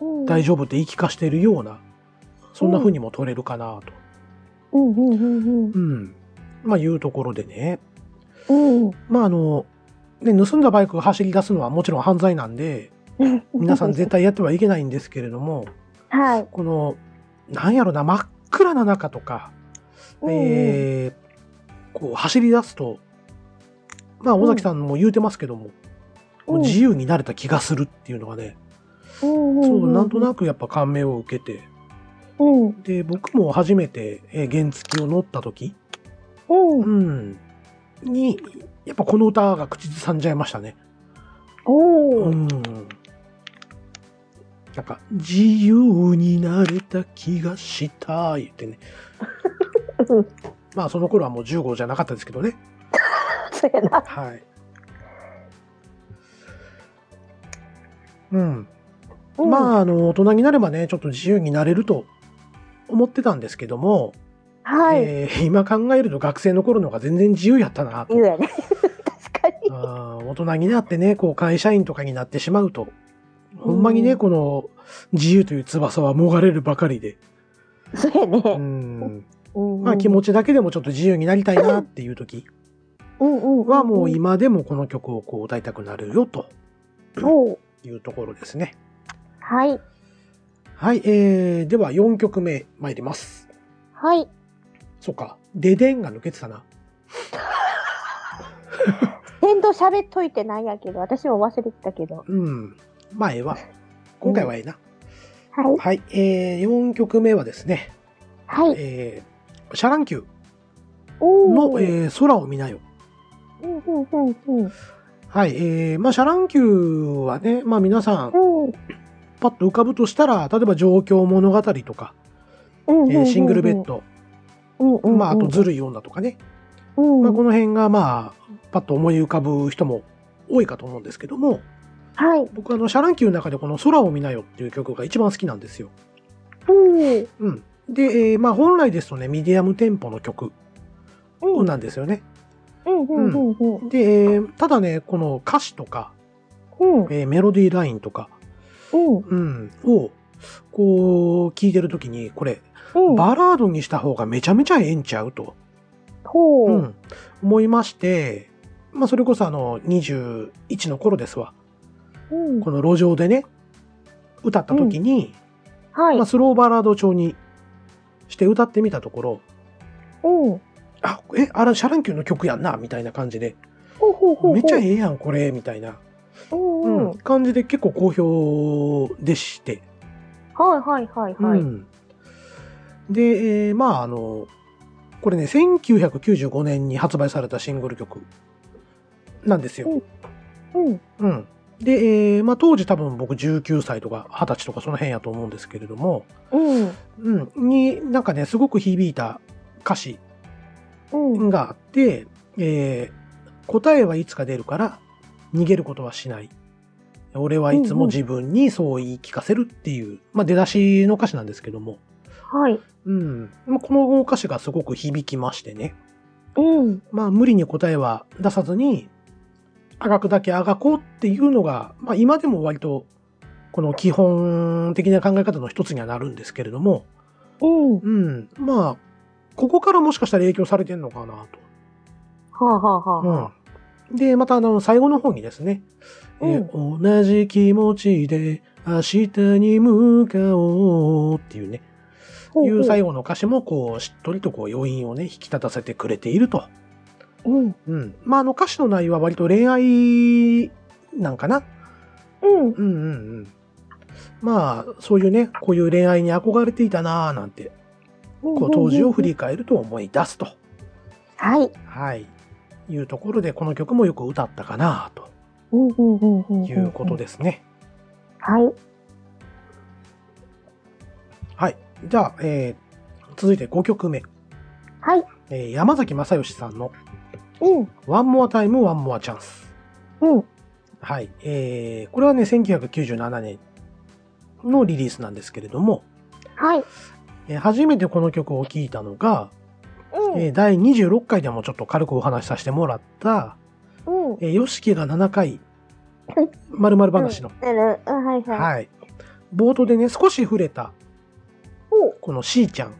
Speaker 1: うん
Speaker 2: 大丈夫って言い聞かしてるような、そんな風にも取れるかなと。
Speaker 1: うんうんうん
Speaker 2: うん。まあ、いうところでね。
Speaker 1: うん。うん。
Speaker 2: まあ、あの、ね、盗んだバイクが走り出すのはもちろん犯罪なんで、皆さん絶対やってはいけないんですけれども、
Speaker 1: はい。
Speaker 2: この、なんやろな、真っ暗な中とか、
Speaker 1: うん
Speaker 2: えーこう、走り出すと、まあ、尾崎さんも言うてますけども、こう自由になれた気がするっていうのが
Speaker 1: うんう
Speaker 2: ね、
Speaker 1: ん
Speaker 2: そう、なんと
Speaker 1: く。
Speaker 2: なくやっぱ感銘を受けて、
Speaker 1: うん。
Speaker 2: で、僕も初めて、えー原付を乗った時、
Speaker 1: うん。
Speaker 2: うん。に、やっぱこの歌が口ずさんじゃいましたね。
Speaker 1: お
Speaker 2: う
Speaker 1: ー。
Speaker 2: ん。なんか、自由になれた気がした、言ってね。まあ、その頃はもう15じゃなかったですけどね。
Speaker 1: そうやな。
Speaker 2: はい。うん。まあ、あの、大人になればね、ちょっと自由になれると思ってたんですけども、
Speaker 1: あ。はい。
Speaker 2: えー今考えると学生の頃の方が全然自由やったなと
Speaker 1: 言うやね。 確か に。
Speaker 2: あー大人になってね、こう会社員とかになってしまうと、ほんまにね、
Speaker 1: うん
Speaker 2: この自由という翼はもがれるばかりで、
Speaker 1: そうや
Speaker 2: う
Speaker 1: ね。
Speaker 2: ん、
Speaker 1: うん
Speaker 2: まあ気持ちだけでもちょっと自由になりたいなっていう時
Speaker 1: うんうんうん。
Speaker 2: はもう今でもこの曲をこう歌いたくなるよと
Speaker 1: おー。
Speaker 2: いうところですね。
Speaker 1: はい。
Speaker 2: はい、えー、では4曲目参ります。
Speaker 1: はい。
Speaker 2: そうか、デデンが抜けてたな。
Speaker 1: 伝道喋っといてないやけど、私も忘れてたけど。
Speaker 2: うん、前は、今回はええな。
Speaker 1: はい。
Speaker 2: はい、えー、4曲目はですね、
Speaker 1: はい。
Speaker 2: えー、シャランキュー
Speaker 1: お
Speaker 2: の、
Speaker 1: ー。
Speaker 2: えー、空を見なよ。
Speaker 1: うんうんうんうん。
Speaker 2: はい、えー、まあ、シャランキューはね、まあ、皆さん、
Speaker 1: うん
Speaker 2: パッと浮かぶとしたら、例えば、状況物語とか、
Speaker 1: うんうんうんうん
Speaker 2: えーシングルベッド、
Speaker 1: うんうんうん。
Speaker 2: まあ、あと、ずるい女とかね、
Speaker 1: うん。
Speaker 2: まあ、この辺がまあパッと思い浮かぶ人も多いかと思うんですけども
Speaker 1: はい。
Speaker 2: 僕あのシャランキューの中でこの「空を見なよ」っていう曲が一番好きなんですよ。
Speaker 1: うん。
Speaker 2: うん、で、えーまあ、本来ですとねミディアムテンポの曲
Speaker 1: うん。
Speaker 2: なんですよね。
Speaker 1: うん。うん。うん。うん。
Speaker 2: で、えーただねこの歌詞とか、
Speaker 1: うん。
Speaker 2: えーメロディーラインとか、
Speaker 1: うん。
Speaker 2: うん、をこう聴いてる時にこれ
Speaker 1: うん。
Speaker 2: バラードにした方がめちゃめちゃええんちゃうと、
Speaker 1: ほう。
Speaker 2: う
Speaker 1: うん。
Speaker 2: ん、思いまして、まあ、それこそあの21の頃ですわ
Speaker 1: うん。
Speaker 2: この路上でね歌った時に、
Speaker 1: はい
Speaker 2: まあ、。スローバラード調にして歌ってみたところ
Speaker 1: うん。
Speaker 2: あえあれシャランキューの曲やんなみたいな感じで
Speaker 1: ほうほうほう。
Speaker 2: めっちゃええやんこれみたいな、
Speaker 1: うん。うん。
Speaker 2: う
Speaker 1: は
Speaker 2: ん感じで結構好評でして、。
Speaker 1: いはいはいはいう
Speaker 2: ん、で、えーまああのこれね1995年に発売されたシングル曲なんですよ。
Speaker 1: うん。
Speaker 2: うん、で、えーまあ、当時多分僕19歳とか20歳とかその辺やと思うんですけれども、
Speaker 1: うん。
Speaker 2: うん、になんかねすごく響いた歌詞
Speaker 1: うん。
Speaker 2: があって、えー答えはいつか出るから逃げることはしない。俺はいつも自分にそう言い聞かせるっていう、まあ、出だしの歌詞なんですけども、
Speaker 1: はい。
Speaker 2: うん。まあ、この歌詞がすごく響きましてね。
Speaker 1: うん。
Speaker 2: まあ、無理に答えは出さずに、あがくだけあがこうっていうのが、まあ、今でも割と、この基本的な考え方の一つにはなるんですけれども、
Speaker 1: うん。は
Speaker 2: うん。まあ、ここからもしかしたら影響されてるのかな
Speaker 1: あはあはあ。
Speaker 2: と。うん。で、また、あの、最後の方にですね、えー同じ気持ちで明日に向かおうっていうね、
Speaker 1: ほ
Speaker 2: いう最
Speaker 1: 後。
Speaker 2: 後の歌詞もこうしっとりとこう余韻をね引き立たせてくれていると、
Speaker 1: うん。
Speaker 2: うん、まああの歌詞の内容は割と恋愛なんかな
Speaker 1: うん。
Speaker 2: うんうんうんまあそういうねこういう恋愛に憧れていたなあなんてこう当時を振。り返ると思い出すと
Speaker 1: はい。
Speaker 2: はいいうところでこの曲もよく歌ったかなあと
Speaker 1: うんうんうんうん。
Speaker 2: いうこと。ですね
Speaker 1: はい。
Speaker 2: はいじゃあ、えー続いて5曲目、
Speaker 1: はい。
Speaker 2: えー山崎正義さんの
Speaker 1: うん。
Speaker 2: 「ワンモアタイムワンモアチャンス」
Speaker 1: うん。
Speaker 2: はい。えー、これはね、1997年のリリースなんですけれども、
Speaker 1: はい。
Speaker 2: えー初めてこの曲を聴いたのが、
Speaker 1: うん。
Speaker 2: えー第26回でもちょっと軽くお話しさせてもらった、
Speaker 1: うん。
Speaker 2: えー、ヨシキが7回、〇〇話の、
Speaker 1: なる。あはいはい。
Speaker 2: はい。冒頭でね、少し触れた、
Speaker 1: お
Speaker 2: このしーちゃん、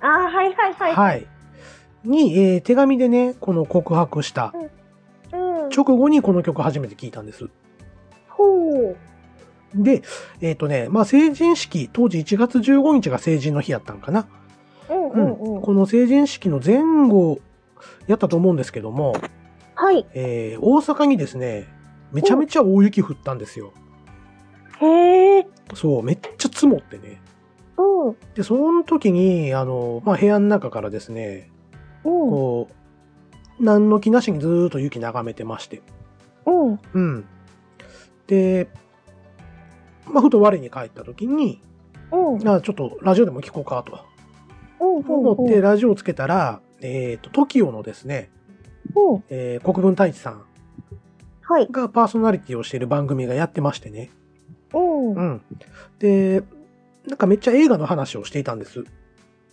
Speaker 1: あはいはいはい。
Speaker 2: はい。に、えー手紙でね、この告白した
Speaker 1: うん。
Speaker 2: 直後にこの曲初めて聴いたんです。
Speaker 1: ほう。
Speaker 2: で、えっ、とね、まあ、成人式、当時1月15日が成人の日やったんかな。
Speaker 1: うんう
Speaker 2: うんん、
Speaker 1: うん。
Speaker 2: この成人式の前後やったと思うんですけども、
Speaker 1: はい。
Speaker 2: えー大阪にですねめちゃめちゃ大雪降ったんですよ。
Speaker 1: へえ。
Speaker 2: そうめっちゃ積もってね。
Speaker 1: うん。
Speaker 2: でその時にあの、まあ、部屋の中からですね
Speaker 1: うん。
Speaker 2: こう何の気なしにずーっと雪眺めてまして。
Speaker 1: うん。
Speaker 2: うん、で、まあ、ふと我に帰った時に
Speaker 1: うん。
Speaker 2: あちょっとラジオでも聞こうかと
Speaker 1: うん。
Speaker 2: 思ってラジオをつけたら、えっと TOKIO のですね、
Speaker 1: うん。
Speaker 2: えー国分太一さん
Speaker 1: はい。
Speaker 2: がパーソナリティをしている番組がやってましてね。
Speaker 1: うん。う
Speaker 2: うんん。で、なんかめっちゃ映画の話をしていたんです。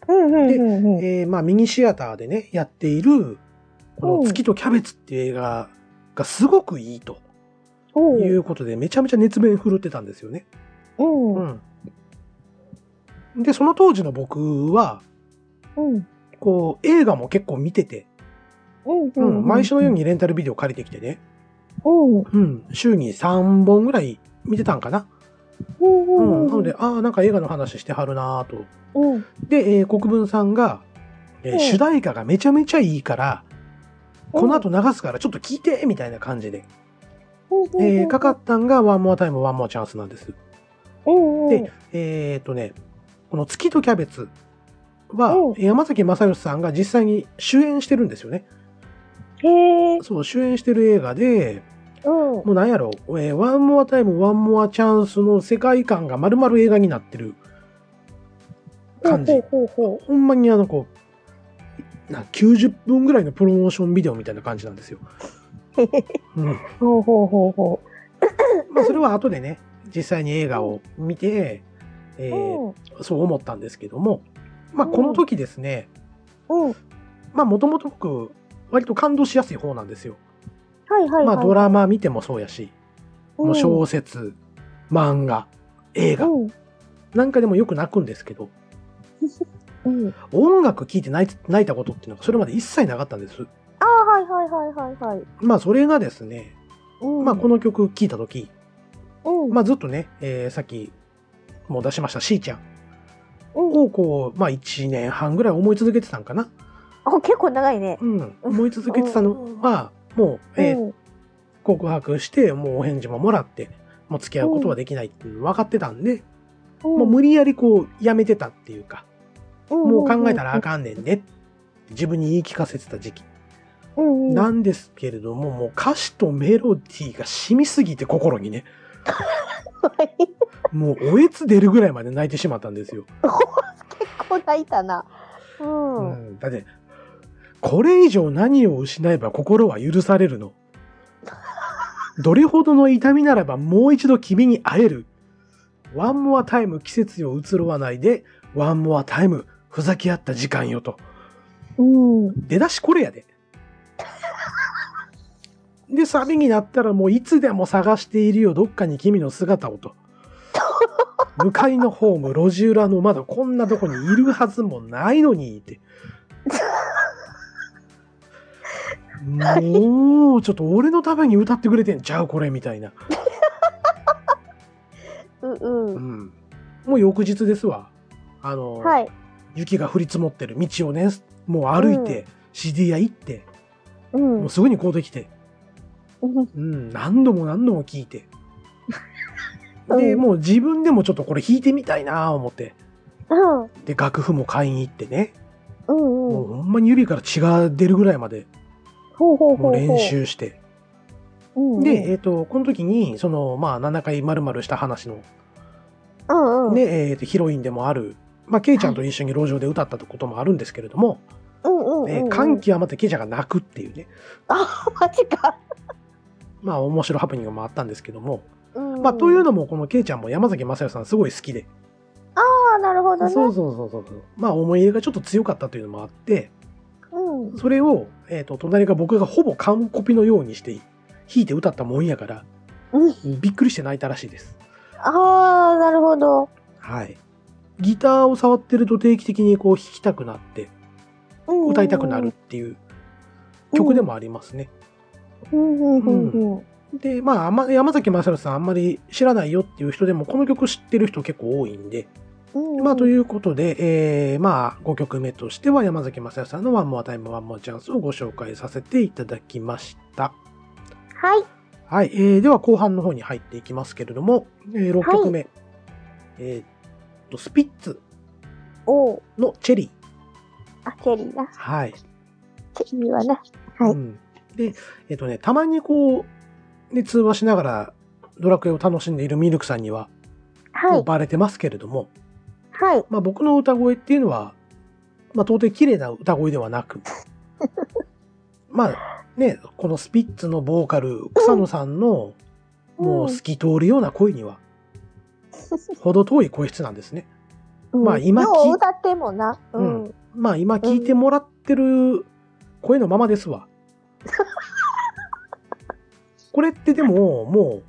Speaker 1: うんうんうん。
Speaker 2: えーまあミニシアターでね、やっている、こ
Speaker 1: う
Speaker 2: の
Speaker 1: ん
Speaker 2: 月とキャベツっていう映画がすごくいいと
Speaker 1: ほ
Speaker 2: いうことで、めちゃめちゃ熱弁振るってたんですよね。
Speaker 1: うん。う
Speaker 2: う
Speaker 1: ん。
Speaker 2: ん。で、その当時の僕は、
Speaker 1: うん。
Speaker 2: こう、映画も結構見てて、
Speaker 1: うん。
Speaker 2: う、
Speaker 1: うんん。
Speaker 2: 毎週のようにレンタルビデオ借りてきてね、
Speaker 1: うん。
Speaker 2: うん、週に3本ぐらい見てたんかな。
Speaker 1: うん。うんん。
Speaker 2: う。なので、ああ、なんか映画の話してはるなぁと
Speaker 1: うん。
Speaker 2: で、えー国分さんが、えー
Speaker 1: うん
Speaker 2: 主題歌がめちゃめちゃいいから、この後流すからちょっと聞いてみたいな感じで、
Speaker 1: うん、
Speaker 2: えーかかったんが「ワンモアタイムワンモアチャンス」なんです。
Speaker 1: うんうん、
Speaker 2: でえっ、とねこの「月とキャベツは」
Speaker 1: うん
Speaker 2: 山崎正義さんが実際に主演してるんですよね。
Speaker 1: へえ、
Speaker 2: そう主演してる映画で
Speaker 1: うん、
Speaker 2: もうなんやろ「えーワンモアタイムワンモアチャンス」の世界観がまるまる映画になってる感じ。
Speaker 1: ほうほうほう
Speaker 2: ほんまにあのこうな90分ぐらいのプロモーションビデオみたいな感じなんです よ。うん
Speaker 1: ほうほうほうほう。
Speaker 2: まあ、それは後でね実際に映画を見て、えー
Speaker 1: うん
Speaker 2: そう思ったんですけども、まあ、この時ですね
Speaker 1: うん。
Speaker 2: まあもともと僕割と感動しやすい方なんですよ。
Speaker 1: はいはいはい。
Speaker 2: まあ、ドラマ見てもそうやしもう小説漫画映画
Speaker 1: うん。
Speaker 2: なんかでもよく泣くんですけど
Speaker 1: うん。うん。
Speaker 2: 音楽聴いて泣い泣いたことっていうのがそれまで一切なかったんです。
Speaker 1: ああ、はいはいはいはいはい。
Speaker 2: まあそれがですね、
Speaker 1: うん。
Speaker 2: まあ、この曲聴いた時、
Speaker 1: うん。
Speaker 2: まあ、ずっとね、えーさっきもう出しましたしーちゃん
Speaker 1: うん。
Speaker 2: をこう、まあ、1年半ぐらい思い続けてたんかな、
Speaker 1: あ、結構長いね。
Speaker 2: うん、思い続けてたのはもう、えー
Speaker 1: うん。
Speaker 2: 告白してもうお返事ももらってもう付き合うことはできないっていうの分かってたんで、
Speaker 1: うん
Speaker 2: もう無理やりこうやめてたっていうか、もう考えたらあかんねんねって自分に言い聞かせてた時期
Speaker 1: うん。うん。
Speaker 2: なんですけれどももう歌詞とメロディーが染みすぎて心にね
Speaker 1: 結
Speaker 2: もうおえつ出るぐらいまで泣いてしまったんですよ。
Speaker 1: 構泣いたな。うん。
Speaker 2: う
Speaker 1: うん
Speaker 2: だってこれ以上何を失えば心は許されるのどれほどの痛みならばもう一度君に会えるワンモアタイム季節よ移ろわないでワンモアタイムふざけ合った時間よと
Speaker 1: ん。
Speaker 2: 出だしこれやででサビになったらもういつでも探しているよどっかに君の姿をと 向かいのホーム路地裏の窓こんなとこにいるはずもないのにってもうちょっと俺のために歌ってくれてんちゃうこれみたいな、
Speaker 1: うん
Speaker 2: う
Speaker 1: うん。
Speaker 2: ん、もう翌日ですわあの、
Speaker 1: はい。
Speaker 2: 雪が降り積もってる道をねもう歩いて、CD 屋行って
Speaker 1: うん
Speaker 2: もう。すぐにこうできて
Speaker 1: うん
Speaker 2: うん、何度も何度も聞いて。
Speaker 1: うん
Speaker 2: で、もう自分でもちょっとこれ弾いてみたいなぁ思って。
Speaker 1: うん
Speaker 2: で、楽譜も買いに行ってね。
Speaker 1: うん
Speaker 2: も
Speaker 1: うん。
Speaker 2: うほんまに指から血が出るぐらいまで
Speaker 1: ほうほうほうほ
Speaker 2: も
Speaker 1: う。
Speaker 2: う練。習して。
Speaker 1: うんうん、
Speaker 2: で、えっ、と、この時に、その、まあ、7回まるした話の、
Speaker 1: うんうん。
Speaker 2: ね、えーと、ヒロインでもある、まあ、ケイちゃんと一緒に路上で歌ったこともあるんですけれども、
Speaker 1: うんうんうん、
Speaker 2: えー歓。喜はまたケイちゃんが泣くっていうね、
Speaker 1: あ、 マジか。
Speaker 2: まあ、面白いハプニングもあったんですけども、
Speaker 1: うん
Speaker 2: まあ、というのも、このケイちゃんも山崎雅代さんすごい好きで、
Speaker 1: あ、なるほどね。
Speaker 2: そうそうそうそうそうまあ思い入れがちょっと強かったというのもあって
Speaker 1: うん。
Speaker 2: それを、えー、と隣が僕がほぼ完コピのようにして弾いて歌ったもんやから、
Speaker 1: う
Speaker 2: びっくりして泣いたらしいです
Speaker 1: ああ、なるほど。
Speaker 2: はいギターを触ってると定期的にこう弾きたくなって
Speaker 1: うんうんうん
Speaker 2: 歌いたくなるっ。ていう曲でもありますね、
Speaker 1: うんうんうんうん。
Speaker 2: でまああんま山崎まさるさんあんまり知らないよっていう人でもこの曲知ってる人結構多いんで
Speaker 1: うん
Speaker 2: まあ、と
Speaker 1: う
Speaker 2: い
Speaker 1: ん。
Speaker 2: うことで、えーまあ、5曲目としては山崎まさ代さんの「ワンモアタイムワンモアチャンス」をご紹介させていただきました。
Speaker 1: はい。
Speaker 2: はい、えーでは後半の方に入っていきますけれども、え6曲目、えーっと、スピッツ
Speaker 1: おう
Speaker 2: のチェリー。
Speaker 1: あ、チェリーな。
Speaker 2: はい。
Speaker 1: チェリーはな。はい
Speaker 2: うんで、えーっとね、たまにこう、ね、通話しながらドラクエを楽しんでいるミルクさんには、
Speaker 1: は
Speaker 2: もう
Speaker 1: い。
Speaker 2: バレてますけれども、
Speaker 1: はい。
Speaker 2: まあ、僕の歌声っていうのは、まあ、到底綺麗な歌声ではなく、まあね、このスピッツのボーカル、草野さんの、もう透き通るような声には、ほど遠い声質なんですね。
Speaker 1: うん
Speaker 2: まあ今
Speaker 1: よ
Speaker 2: 聞いう
Speaker 1: 歌ってんもんな。うん。
Speaker 2: うまあ、今聞いてもらってる声のままですわ。これってでも、も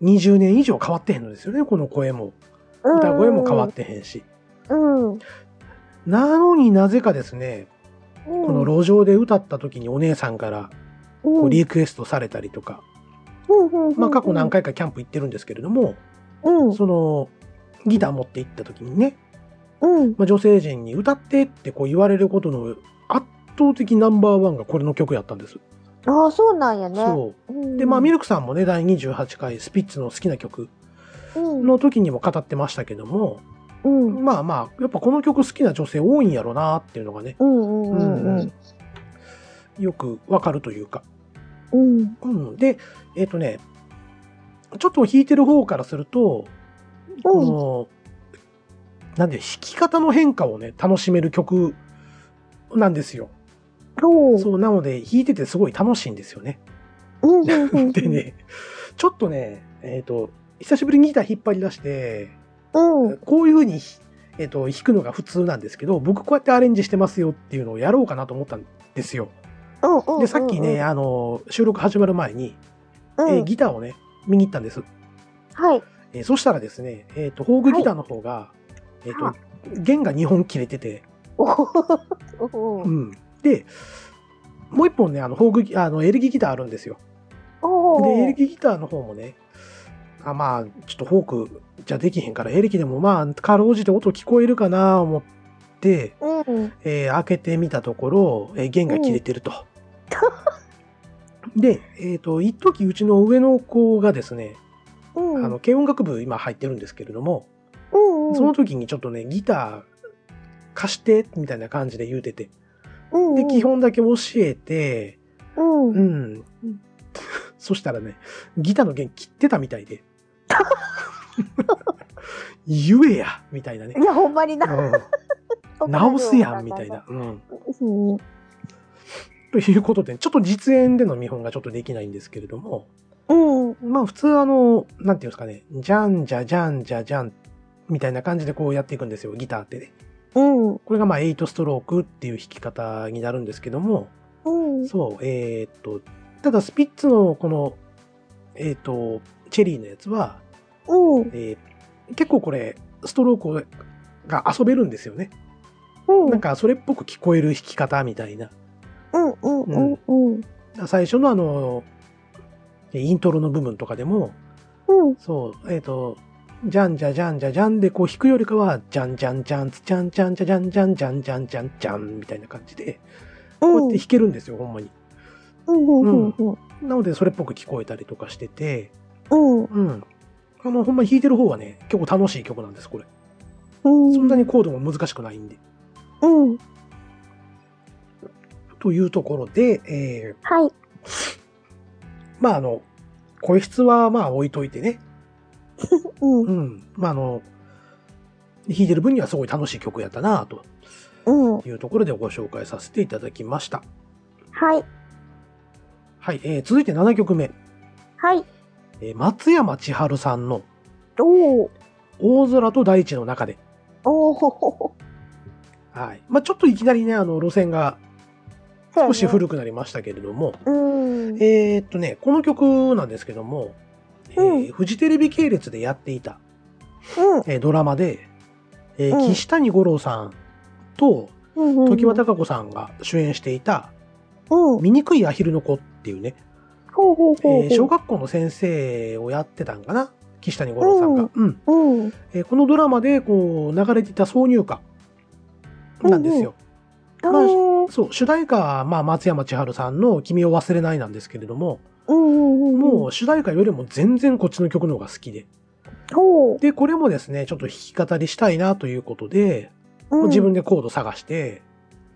Speaker 2: う、20年以上変わってへんのですよね、この声も。歌声も変わってへんし。
Speaker 1: うん。うん。
Speaker 2: なのになぜかですね、こ
Speaker 1: こ
Speaker 2: の路上で歌った時にお姉さんからこう
Speaker 1: ッ
Speaker 2: リクエストされたりとか、
Speaker 1: プ
Speaker 2: まあ、過去何。回かキャンプ行ってるんですけれども、
Speaker 1: うん。
Speaker 2: そのギター持って行った時にね、
Speaker 1: うん。
Speaker 2: まあ、女性陣に歌ってってこう言われることの圧倒的ナンバーワンがこれの曲やったんです。
Speaker 1: ああ、そうなんやね。。
Speaker 2: そううんでまあミルクさんもね第28回スピッツの好きな曲
Speaker 1: うん。
Speaker 2: の時にも語ってましたけども、
Speaker 1: うん。
Speaker 2: まあまあやっぱこの曲好きな女性多いんやろなっていうのがね
Speaker 1: うんうんうんうん。
Speaker 2: よくわかるというか。
Speaker 1: うん。
Speaker 2: うん、で、えっ、とね、ちょっと弾いてる方からすると、この、なんで、弾き方の変化をね、楽しめる曲なんですよ。
Speaker 1: おー
Speaker 2: そう、なので、弾いててすごい楽しいんですよね。
Speaker 1: うんうんうんうん
Speaker 2: でね、ちょっとね、えっ、と、久しぶりにギター引っ張り出して、
Speaker 1: うん。
Speaker 2: こういう風に、えっ、と、弾くのが普通なんですけど、僕こうやってアレンジしてますよっていうのをやろうかなと思ったんですよ。で、さっきね、、あの、収録始まる前に、
Speaker 1: うんうん
Speaker 2: え
Speaker 1: う
Speaker 2: ー
Speaker 1: ん、
Speaker 2: ギターをね、見に行ったんです。
Speaker 1: はい。
Speaker 2: えーそしたらですね、えっ、と、ホーグギターの方が、えっ、
Speaker 1: は
Speaker 2: と、弦が2本切れてて、
Speaker 1: おーお
Speaker 2: う
Speaker 1: ー
Speaker 2: ん。で、もう1本ね、あの、ホーグギ、あの、エレキギターあるんですよ。
Speaker 1: お
Speaker 2: で、エレ
Speaker 1: ー
Speaker 2: キギターの方もね、あまあ、ちょっとフォークじゃできへんから、エレキでもまあ、かろうじて音聞こえるかな思って、
Speaker 1: うん。
Speaker 2: えー開けてみたところ、えー弦が切れてると。で、えっ、と、一時うちの上の子がですね、
Speaker 1: うん。
Speaker 2: あの、軽音楽部今入ってるんですけれども、
Speaker 1: うんうん、
Speaker 2: その時にちょっとね、ギター貸して、みたいな感じで言うてて。
Speaker 1: うん
Speaker 2: で、基、本だけ教えて、
Speaker 1: うんう
Speaker 2: う
Speaker 1: ん、
Speaker 2: ん。 そしたらね、ギターの弦切ってたみたいで。言えやみたいなね。
Speaker 1: いや、ほんまにな、
Speaker 2: うん直すやんみたいな。。うん。
Speaker 1: うん、
Speaker 2: ということで、ちょっと実演での見本がちょっとできないんですけれども、
Speaker 1: うん、
Speaker 2: まあ普通あの、なんていうんですかね、じゃんじゃじゃんじゃじゃん、みたいな感じでこうやっていくんですよ、ギターってね。
Speaker 1: うん、
Speaker 2: これがまあ8ストロークっていう弾き方になるんですけども、
Speaker 1: うん、
Speaker 2: そう、えーっと、ただスピッツのこの、えーっと、チェリーのやつは、
Speaker 1: うん、
Speaker 2: えー結構これ、ストロークをが遊べるんですよね。
Speaker 1: うん、
Speaker 2: なんかそれっぽく聞こえる弾き方みたいな。
Speaker 1: うん、うん、うん、うん、
Speaker 2: 最初のあの、イントロの部分とかでも、
Speaker 1: うん、
Speaker 2: そう、えーっと、じゃんじゃじゃんじゃじゃんでこう弾くよりかは、じゃんじゃんじゃんつじゃんじゃんじゃじゃんじゃんじゃんじゃんじゃんじゃんみたいな感じで、こうやって弾けるんですよ、ほんまに。
Speaker 1: うん、うん、うん、
Speaker 2: なので、それっぽく聞こえたりとかしてて、
Speaker 1: うん、
Speaker 2: うん。あの、ほんまに弾いてる方はね、結構楽しい曲なんです、これ。
Speaker 1: うん、
Speaker 2: そんなにコードも難しくないんで。
Speaker 1: うん、
Speaker 2: というところで、え
Speaker 1: はい、
Speaker 2: ー、まあ、あの、声質はまあ置いといてね。
Speaker 1: うん、
Speaker 2: うん。まあ、あの、弾いてる分にはすごい楽しい曲やったなと
Speaker 1: うん、
Speaker 2: いうところでご紹介させていただきました。
Speaker 1: はい、
Speaker 2: はい、えー、続いて7曲目。
Speaker 1: はい、
Speaker 2: えー松山千春さんの
Speaker 1: おー、
Speaker 2: 大空と大地の中で。
Speaker 1: おー、そ
Speaker 2: はい。まあ、ちょっといきなりね、あの、路線が
Speaker 1: うやね
Speaker 2: 少し、古くなりましたけれども、
Speaker 1: うん、
Speaker 2: えーっとね、この曲なんですけども、えー
Speaker 1: うん
Speaker 2: フジテレビ系列でやっていた、
Speaker 1: うん、
Speaker 2: えードラマで、えー
Speaker 1: うん
Speaker 2: 岸谷五郎さんと
Speaker 1: うん、うん、
Speaker 2: 常盤貴子さんが主演していた
Speaker 1: う
Speaker 2: 「
Speaker 1: ん、
Speaker 2: 醜いアヒルの子」っていうね、
Speaker 1: ほうほう
Speaker 2: え
Speaker 1: ほう、
Speaker 2: ー小学校の先生をやってたんかな岸谷五郎さんが、うん
Speaker 1: うん、
Speaker 2: えーこのドラマでこう流れていた挿入歌なんですよ、
Speaker 1: あ
Speaker 2: まあ
Speaker 1: ー、
Speaker 2: そう主題歌は、まあ、松山千春さんの「君を忘れない」なんですけれども、
Speaker 1: うん、うん、
Speaker 2: もう主題歌よりも全然こっちの曲の方が好きで
Speaker 1: うん、ほう、
Speaker 2: で、これもですね、ちょっと弾き語りしたいなということで、自分でコード探して、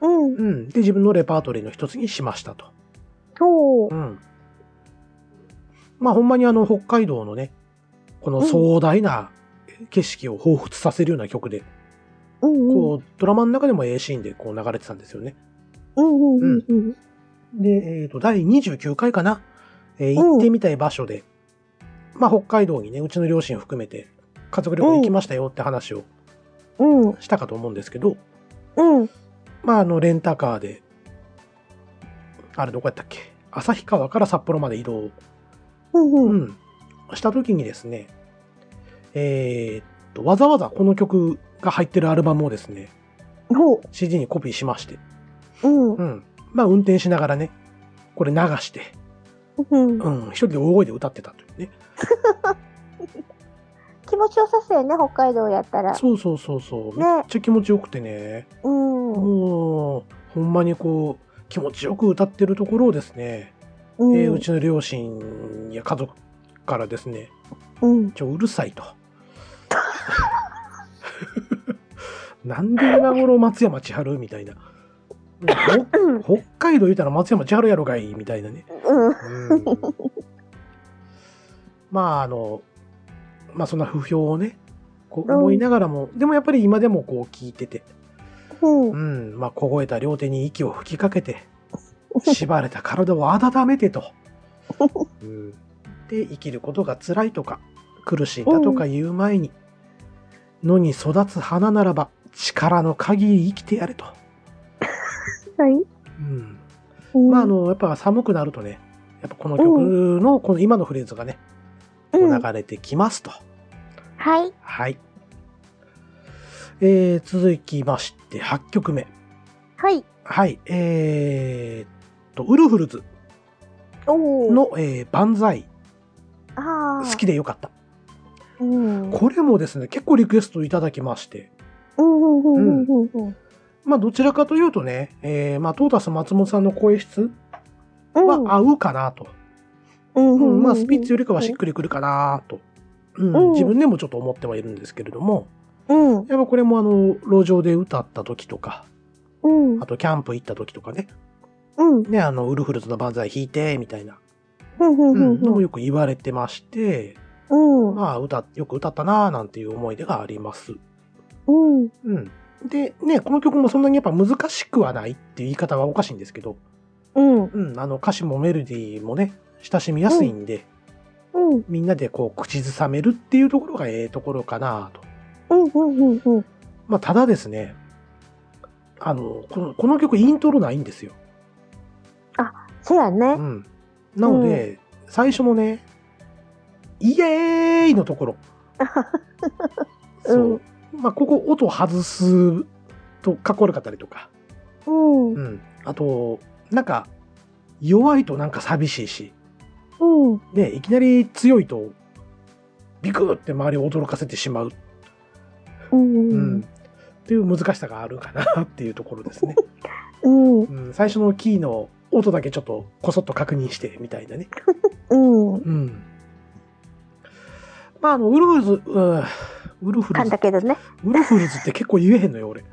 Speaker 1: うん、うん、
Speaker 2: うん。で、自分のレパートリーの一つにしましたと。
Speaker 1: ほう
Speaker 2: う、ん。まあ、ほんまにあの、北海道のね、この壮大な景色を彷彿させるような曲で、
Speaker 1: うん、うん、
Speaker 2: こう、ドラマの中でも A シーンでこう流れてたんですよね。
Speaker 1: うん、うん、うん、
Speaker 2: で、えっ、と、第29回かな、えー
Speaker 1: うん
Speaker 2: 行ってみたい場所で、まあ、北海道にね、うちの両親含めて、家族旅行行きましたよって話を
Speaker 1: うん、
Speaker 2: したかと思うんですけど、
Speaker 1: うん、
Speaker 2: まあ、あの、レンタカーで、あれどこやったっけ旭川から札幌まで移動、
Speaker 1: うん、
Speaker 2: う
Speaker 1: うん、
Speaker 2: ん、した時にですね、えーっと、わざわざこの曲が入ってるアルバムをですね、
Speaker 1: ほう、
Speaker 2: CD にコピーしまして、
Speaker 1: うん
Speaker 2: う、ん。まあ、運転しながらね、これ流して、
Speaker 1: うん、
Speaker 2: うん、一人で大声で歌ってたというね。
Speaker 1: 気持ちよさそうやね、北海道やったら。
Speaker 2: そうそうそうそう。め
Speaker 1: ね
Speaker 2: っちゃ気持ちよくてね、
Speaker 1: うん、うん、
Speaker 2: もう、ほんまにこう、気持ちよく歌ってるところをですね、
Speaker 1: うん、
Speaker 2: えーうちの両親や家族からですね、
Speaker 1: うん、
Speaker 2: ちょ、うるさいと。 なんで今頃松山千春みたいな。
Speaker 1: うん、
Speaker 2: ほ北海道言うたら松山千春やろがいみたいなね。うん、まあ、あの、まあそんな不評をね、こう思いながらも、でもやっぱり今でもこう聞いてて、
Speaker 1: うん。う。
Speaker 2: うんん、まあ、凍えた両手に息を吹きかけて、縛れた体を温めてと。うん、で、生きることが辛いとか、苦しいだとか言う前に、野に育つ花ならば、力の限り生きてやれと。
Speaker 1: はい。
Speaker 2: うん。
Speaker 1: うん
Speaker 2: まあ、あ、の、やっぱ寒くなるとね、やっぱこの曲の、この今のフレーズがね、こ
Speaker 1: う、
Speaker 2: うん流れてきますと。
Speaker 1: はい。
Speaker 2: はい。えー、続きまして、8曲目。
Speaker 1: はい。
Speaker 2: はい、えーっと、ウルフルズ
Speaker 1: おお。
Speaker 2: の、えー、万歳、
Speaker 1: ああ。
Speaker 2: 好き。でよかった。
Speaker 1: うん。
Speaker 2: これもですね、結構リクエストいただきまして、
Speaker 1: うんうんうんうんうん
Speaker 2: まあ、どちらかというとね、えー、まあ、トータス松本さんの声質
Speaker 1: うん。
Speaker 2: は合うかなと。
Speaker 1: うん
Speaker 2: う、
Speaker 1: うんん。
Speaker 2: まあ、スピッツよりかはしっくりくるかなと。う
Speaker 1: う
Speaker 2: ん
Speaker 1: ん
Speaker 2: 自分でもちょっと思ってはいるんですけれども、
Speaker 1: うん。
Speaker 2: やっぱこれもあの、路上で歌った時とか、
Speaker 1: うん
Speaker 2: あ。とキャンプ行った時とかね、
Speaker 1: うん。
Speaker 2: ね、あの、ウルフルズの万歳弾いて、みたいな、
Speaker 1: うんうん
Speaker 2: う、
Speaker 1: うん
Speaker 2: のも
Speaker 1: ん
Speaker 2: よく言われてまして、
Speaker 1: うん。
Speaker 2: まあ、歌、よく歌ったなぁなんていう思い出があります。
Speaker 1: うん。
Speaker 2: うん。で、ね、この曲もそんなにやっぱ難しくはないっていう言い方はおかしいんですけど、
Speaker 1: うん。
Speaker 2: うん、あの歌詞もメロディーもね、親しみやすいんで、
Speaker 1: うん。
Speaker 2: みんなでこう、口ずさめるっていうところがええところかなぁと。
Speaker 1: うんうんうんうん。
Speaker 2: まあ、ただですね、あの、この、この曲イントロないんですよ。
Speaker 1: そうや
Speaker 2: う
Speaker 1: ね。
Speaker 2: ん。なので、最初のね、イエーイのところ。 そう。まあ、ここ音外すとかっこ悪かったりとか。
Speaker 1: うん。う。
Speaker 2: うんん。あと、なんか、弱いとなんか寂しいし、
Speaker 1: うん。
Speaker 2: ね、いきなり強いと、ビクって周りを驚かせてしまう。
Speaker 1: うん。
Speaker 2: う。
Speaker 1: うんん
Speaker 2: っていう難しさがあるかなっていうところですね。
Speaker 1: うん。
Speaker 2: うん。最初のキーの音だけちょっとこそっと確認してみたいなね。
Speaker 1: うん。
Speaker 2: うん。まあ、あの、ウルフルズ、うんウルフ
Speaker 1: 噛
Speaker 2: ル
Speaker 1: ん
Speaker 2: ズ
Speaker 1: だ、けどね。
Speaker 2: ウルフルズって結構言えへんのよ、俺。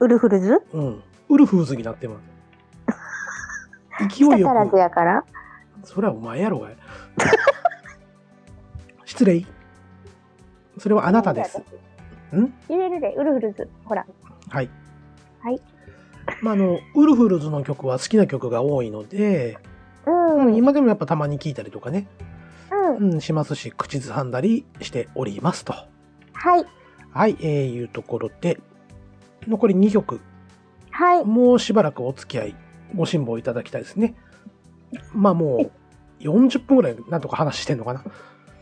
Speaker 1: ウルフルズ
Speaker 2: うん。ウルフルズになってます。勢い
Speaker 1: 来
Speaker 2: よ
Speaker 1: たらず
Speaker 2: く。
Speaker 1: やから。
Speaker 2: それはお前やろがい。 失礼。それはあなたです。。ん
Speaker 1: 言えるで、ウルフルズ。ほら。
Speaker 2: はい。
Speaker 1: はい。
Speaker 2: まあ、あの、ウルフルズの曲は好きな曲が多いので、
Speaker 1: うん。うん。
Speaker 2: 今でもやっぱたまに聴いたりとかね、うん、しますし、口ずさんだりしておりますと。
Speaker 1: はい。
Speaker 2: はい、えー、いうところで、残り2曲。
Speaker 1: はい。
Speaker 2: もうしばらくお付き合い、ご辛抱いただきたいですね。まあもう、40分ぐらいなんとか話してんのかな。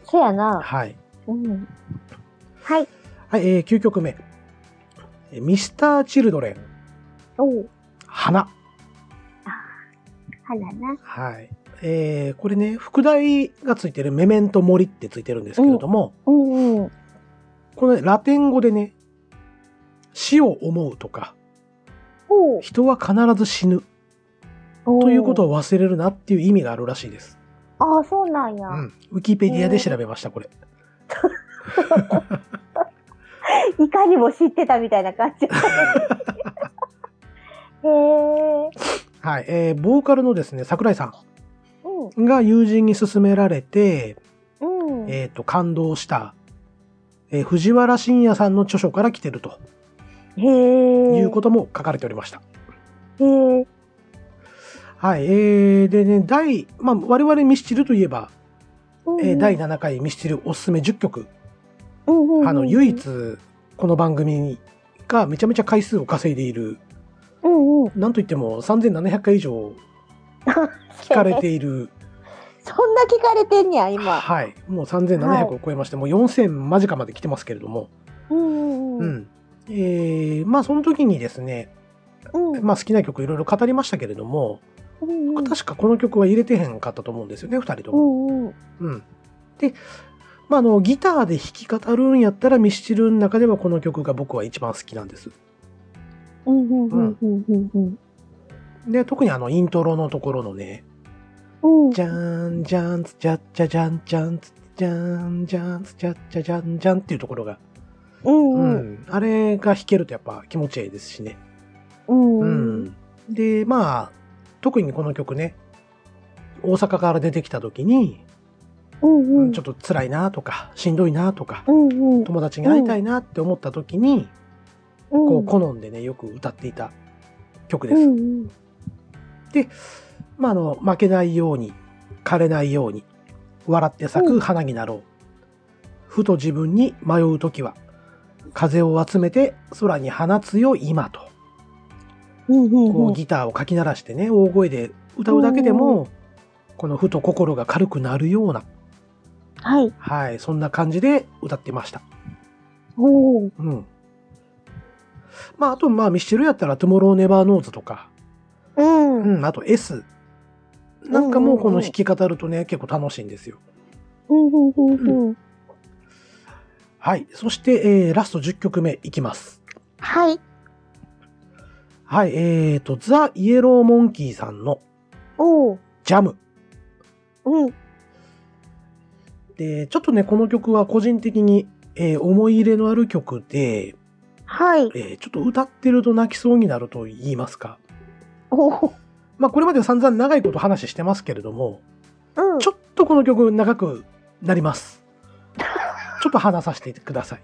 Speaker 1: そうやな。
Speaker 2: はい。
Speaker 1: うん。はい。
Speaker 2: はい、えー、9曲目。えーミスター・チルドレン、
Speaker 1: おう。
Speaker 2: 花。
Speaker 1: はなな。
Speaker 2: はい。えー、これね、副題がついてるメメント・モリってついてるんですけれども、
Speaker 1: うんうん。
Speaker 2: この、ね、ラテン語でね、死を思うとか、
Speaker 1: おう。
Speaker 2: 人は必ず死ぬということを忘れるなっていう意味があるらしいです。
Speaker 1: ああ、そうなんや
Speaker 2: う。ん。ウィキペディアで調べました、これ。
Speaker 1: いかにも知ってたみたいな感 じ。へえ。
Speaker 2: はい、えーボーカルのですね、桜井さ
Speaker 1: うん。
Speaker 2: んが友人に勧められて、
Speaker 1: うん。
Speaker 2: えっ、と、感動した、えー藤原信也さんの著書から来てると
Speaker 1: へえ。
Speaker 2: いうことも書かれておりました。
Speaker 1: と。へえ。
Speaker 2: はい、えーでね、第、まあ、我々ミスチルといえば、えー第7回ミスチルおすすめ10曲、あ
Speaker 1: あ
Speaker 2: の、唯一、この番組がめちゃめちゃ回数を稼いでいる、
Speaker 1: うんうん。
Speaker 2: なんといっても3700回以上
Speaker 1: 聞
Speaker 2: 聞かれている、
Speaker 1: そんな聞かれてんねや、今。
Speaker 2: はい、もう3700を超えまして、もう4000間近まで来てますけれども、
Speaker 1: うん
Speaker 2: う
Speaker 1: うん
Speaker 2: ん。えーまあその時にですね、
Speaker 1: うん。
Speaker 2: まあ好きな曲いろいろ語りましたけれども、
Speaker 1: うんうん。
Speaker 2: 確かこの曲は入れてへんかったと思うんですよね、二人と
Speaker 1: う
Speaker 2: も。
Speaker 1: んうん。
Speaker 2: うん。で、まああの、ギターで弾き語るんやったらミスチルの中ではこの曲が僕は一番好きなんです。
Speaker 1: うんうんうんうんうんうん。
Speaker 2: で、特にあの、イントロのところのね、
Speaker 1: うん。
Speaker 2: じゃーん、じゃーん、つじゃっちゃじゃん、じゃん、つじゃーん、じゃーん、つじゃっちゃじゃん、じゃんっていうところが、
Speaker 1: うん
Speaker 2: う
Speaker 1: うん。
Speaker 2: ん。あれが弾けるとやっぱ気持ちいいですしね。
Speaker 1: うん
Speaker 2: う
Speaker 1: うん。
Speaker 2: ん、でまあ特にこの曲ね大阪から出てきた時に、
Speaker 1: うんうん。
Speaker 2: ちょっと辛いなとかしんどいなとか、
Speaker 1: うんうん。
Speaker 2: 友達に会いたいなって思った時に、こう
Speaker 1: うん
Speaker 2: 好んでね、よく歌っていた曲です。
Speaker 1: うんうん
Speaker 2: まあ、あの、負けないように、枯れないように、笑って咲く花になろう。ふと自分に迷うときは、風を集めて空に放つよ今と、
Speaker 1: うんうん
Speaker 2: こ
Speaker 1: う
Speaker 2: うんギターをかき鳴らしてね、大声で歌うだけでも、このふと心が軽くなるような、
Speaker 1: はい。
Speaker 2: はい、そんな感じで歌ってました。
Speaker 1: おー
Speaker 2: うん。まあ、あと、まあ、ミスチルやったら、トゥモローネバーノーズとか、
Speaker 1: うん。
Speaker 2: う
Speaker 1: うん
Speaker 2: ん、あと S。なんかもうこの弾き語るとね、結構楽しいんですよ。
Speaker 1: うんうんうん。
Speaker 2: はい。そして、えーラスト10曲目いきます。
Speaker 1: はい。
Speaker 2: はい。えーと、ザ・イエロー・モンキーさんの
Speaker 1: おお。
Speaker 2: ジャム。
Speaker 1: うん。
Speaker 2: で、ちょっとね、この曲は個人的に、えー思い入れのある曲で、
Speaker 1: はい。
Speaker 2: えーちょっと歌ってると泣きそうになると言いますか。
Speaker 1: おお。
Speaker 2: まあ、これまで散々長いこと話してますけれども、
Speaker 1: うん。
Speaker 2: ちょっとこの曲長くなります。ちょっと話させてください。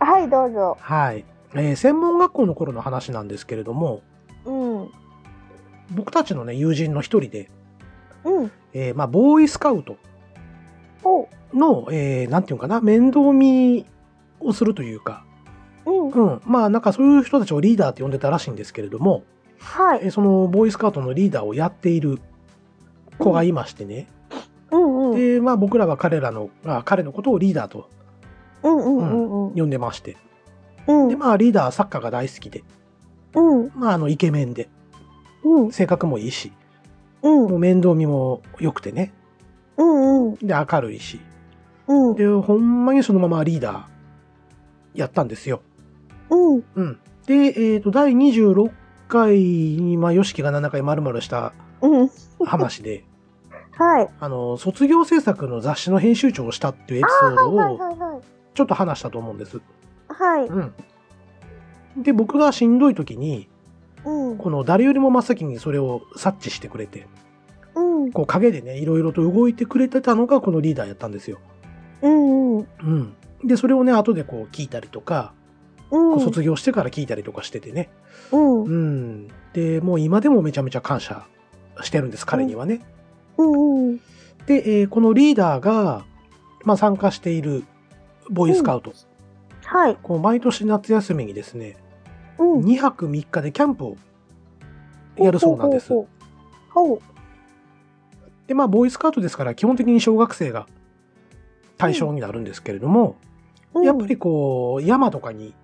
Speaker 1: はい、どうぞ。
Speaker 2: はい。えー専門学校の頃の話なんですけれども、
Speaker 1: うん。
Speaker 2: 僕たちのね、友人の一人で、
Speaker 1: うん。
Speaker 2: えーまあ、ボーイスカウト
Speaker 1: おう。
Speaker 2: の、えーなんていうのかな、面倒見をするというか、
Speaker 1: うん。
Speaker 2: うん、まあ、なんかそういう人たちをリーダーって呼んでたらしいんですけれども、
Speaker 1: は
Speaker 2: え
Speaker 1: い。
Speaker 2: ーそのボーイスカウトのリーダーをやっている子がいましてね、
Speaker 1: うんうん。
Speaker 2: で、まあ、僕らは彼らの、あ彼のことをリーダーと
Speaker 1: うんうんうんうん。
Speaker 2: 呼んでまして、
Speaker 1: うん
Speaker 2: で、まあ、リーダーはサッカーが大好きで、
Speaker 1: うん
Speaker 2: まあ、あの、イケメンで、
Speaker 1: うん
Speaker 2: 性格もいいし、
Speaker 1: うん
Speaker 2: もう面倒見も良くてね、
Speaker 1: うん
Speaker 2: で、明るいし、
Speaker 1: うん
Speaker 2: で、ほんまにそのままリーダーやったんですよ。
Speaker 1: うん
Speaker 2: うん。で、えっ、と、第26回に、まあ、ヨシキが7回丸々した
Speaker 1: うん。
Speaker 2: 話で、
Speaker 1: はい。
Speaker 2: あの、卒業制作の雑誌の編集長をしたっていうエピソード
Speaker 1: はい
Speaker 2: を、
Speaker 1: はいはい。
Speaker 2: ちょっと話したと思うんです。
Speaker 1: はい。
Speaker 2: うん。で、僕がしんどい時に、
Speaker 1: うん。
Speaker 2: この誰よりも真っ先にそれを察知してくれて、
Speaker 1: うん。
Speaker 2: こう影でね、いろいろと動いてくれてたのがこのリーダーやったんですよ。
Speaker 1: うんうん。
Speaker 2: うん。で、それをね、後でこう聞いたりとか、
Speaker 1: うん。
Speaker 2: こう卒業してから聞いたりとかしててね。
Speaker 1: うん。うん
Speaker 2: うん。で、もう今でもめちゃめちゃ感謝してるんです、彼にはね。
Speaker 1: うん。
Speaker 2: で、えーこのリーダーが、まあ、参加しているボーイスカウト、
Speaker 1: はい。
Speaker 2: こう毎年夏休みにですね、
Speaker 1: うん。
Speaker 2: 2泊3日でキャンプをやるそうなんです。
Speaker 1: ほうほうほう。
Speaker 2: で、まあ、ボーイスカウトですから、基本的に小学生が対象になるんですけれども、
Speaker 1: ほう
Speaker 2: やっぱ。りこう、山とかに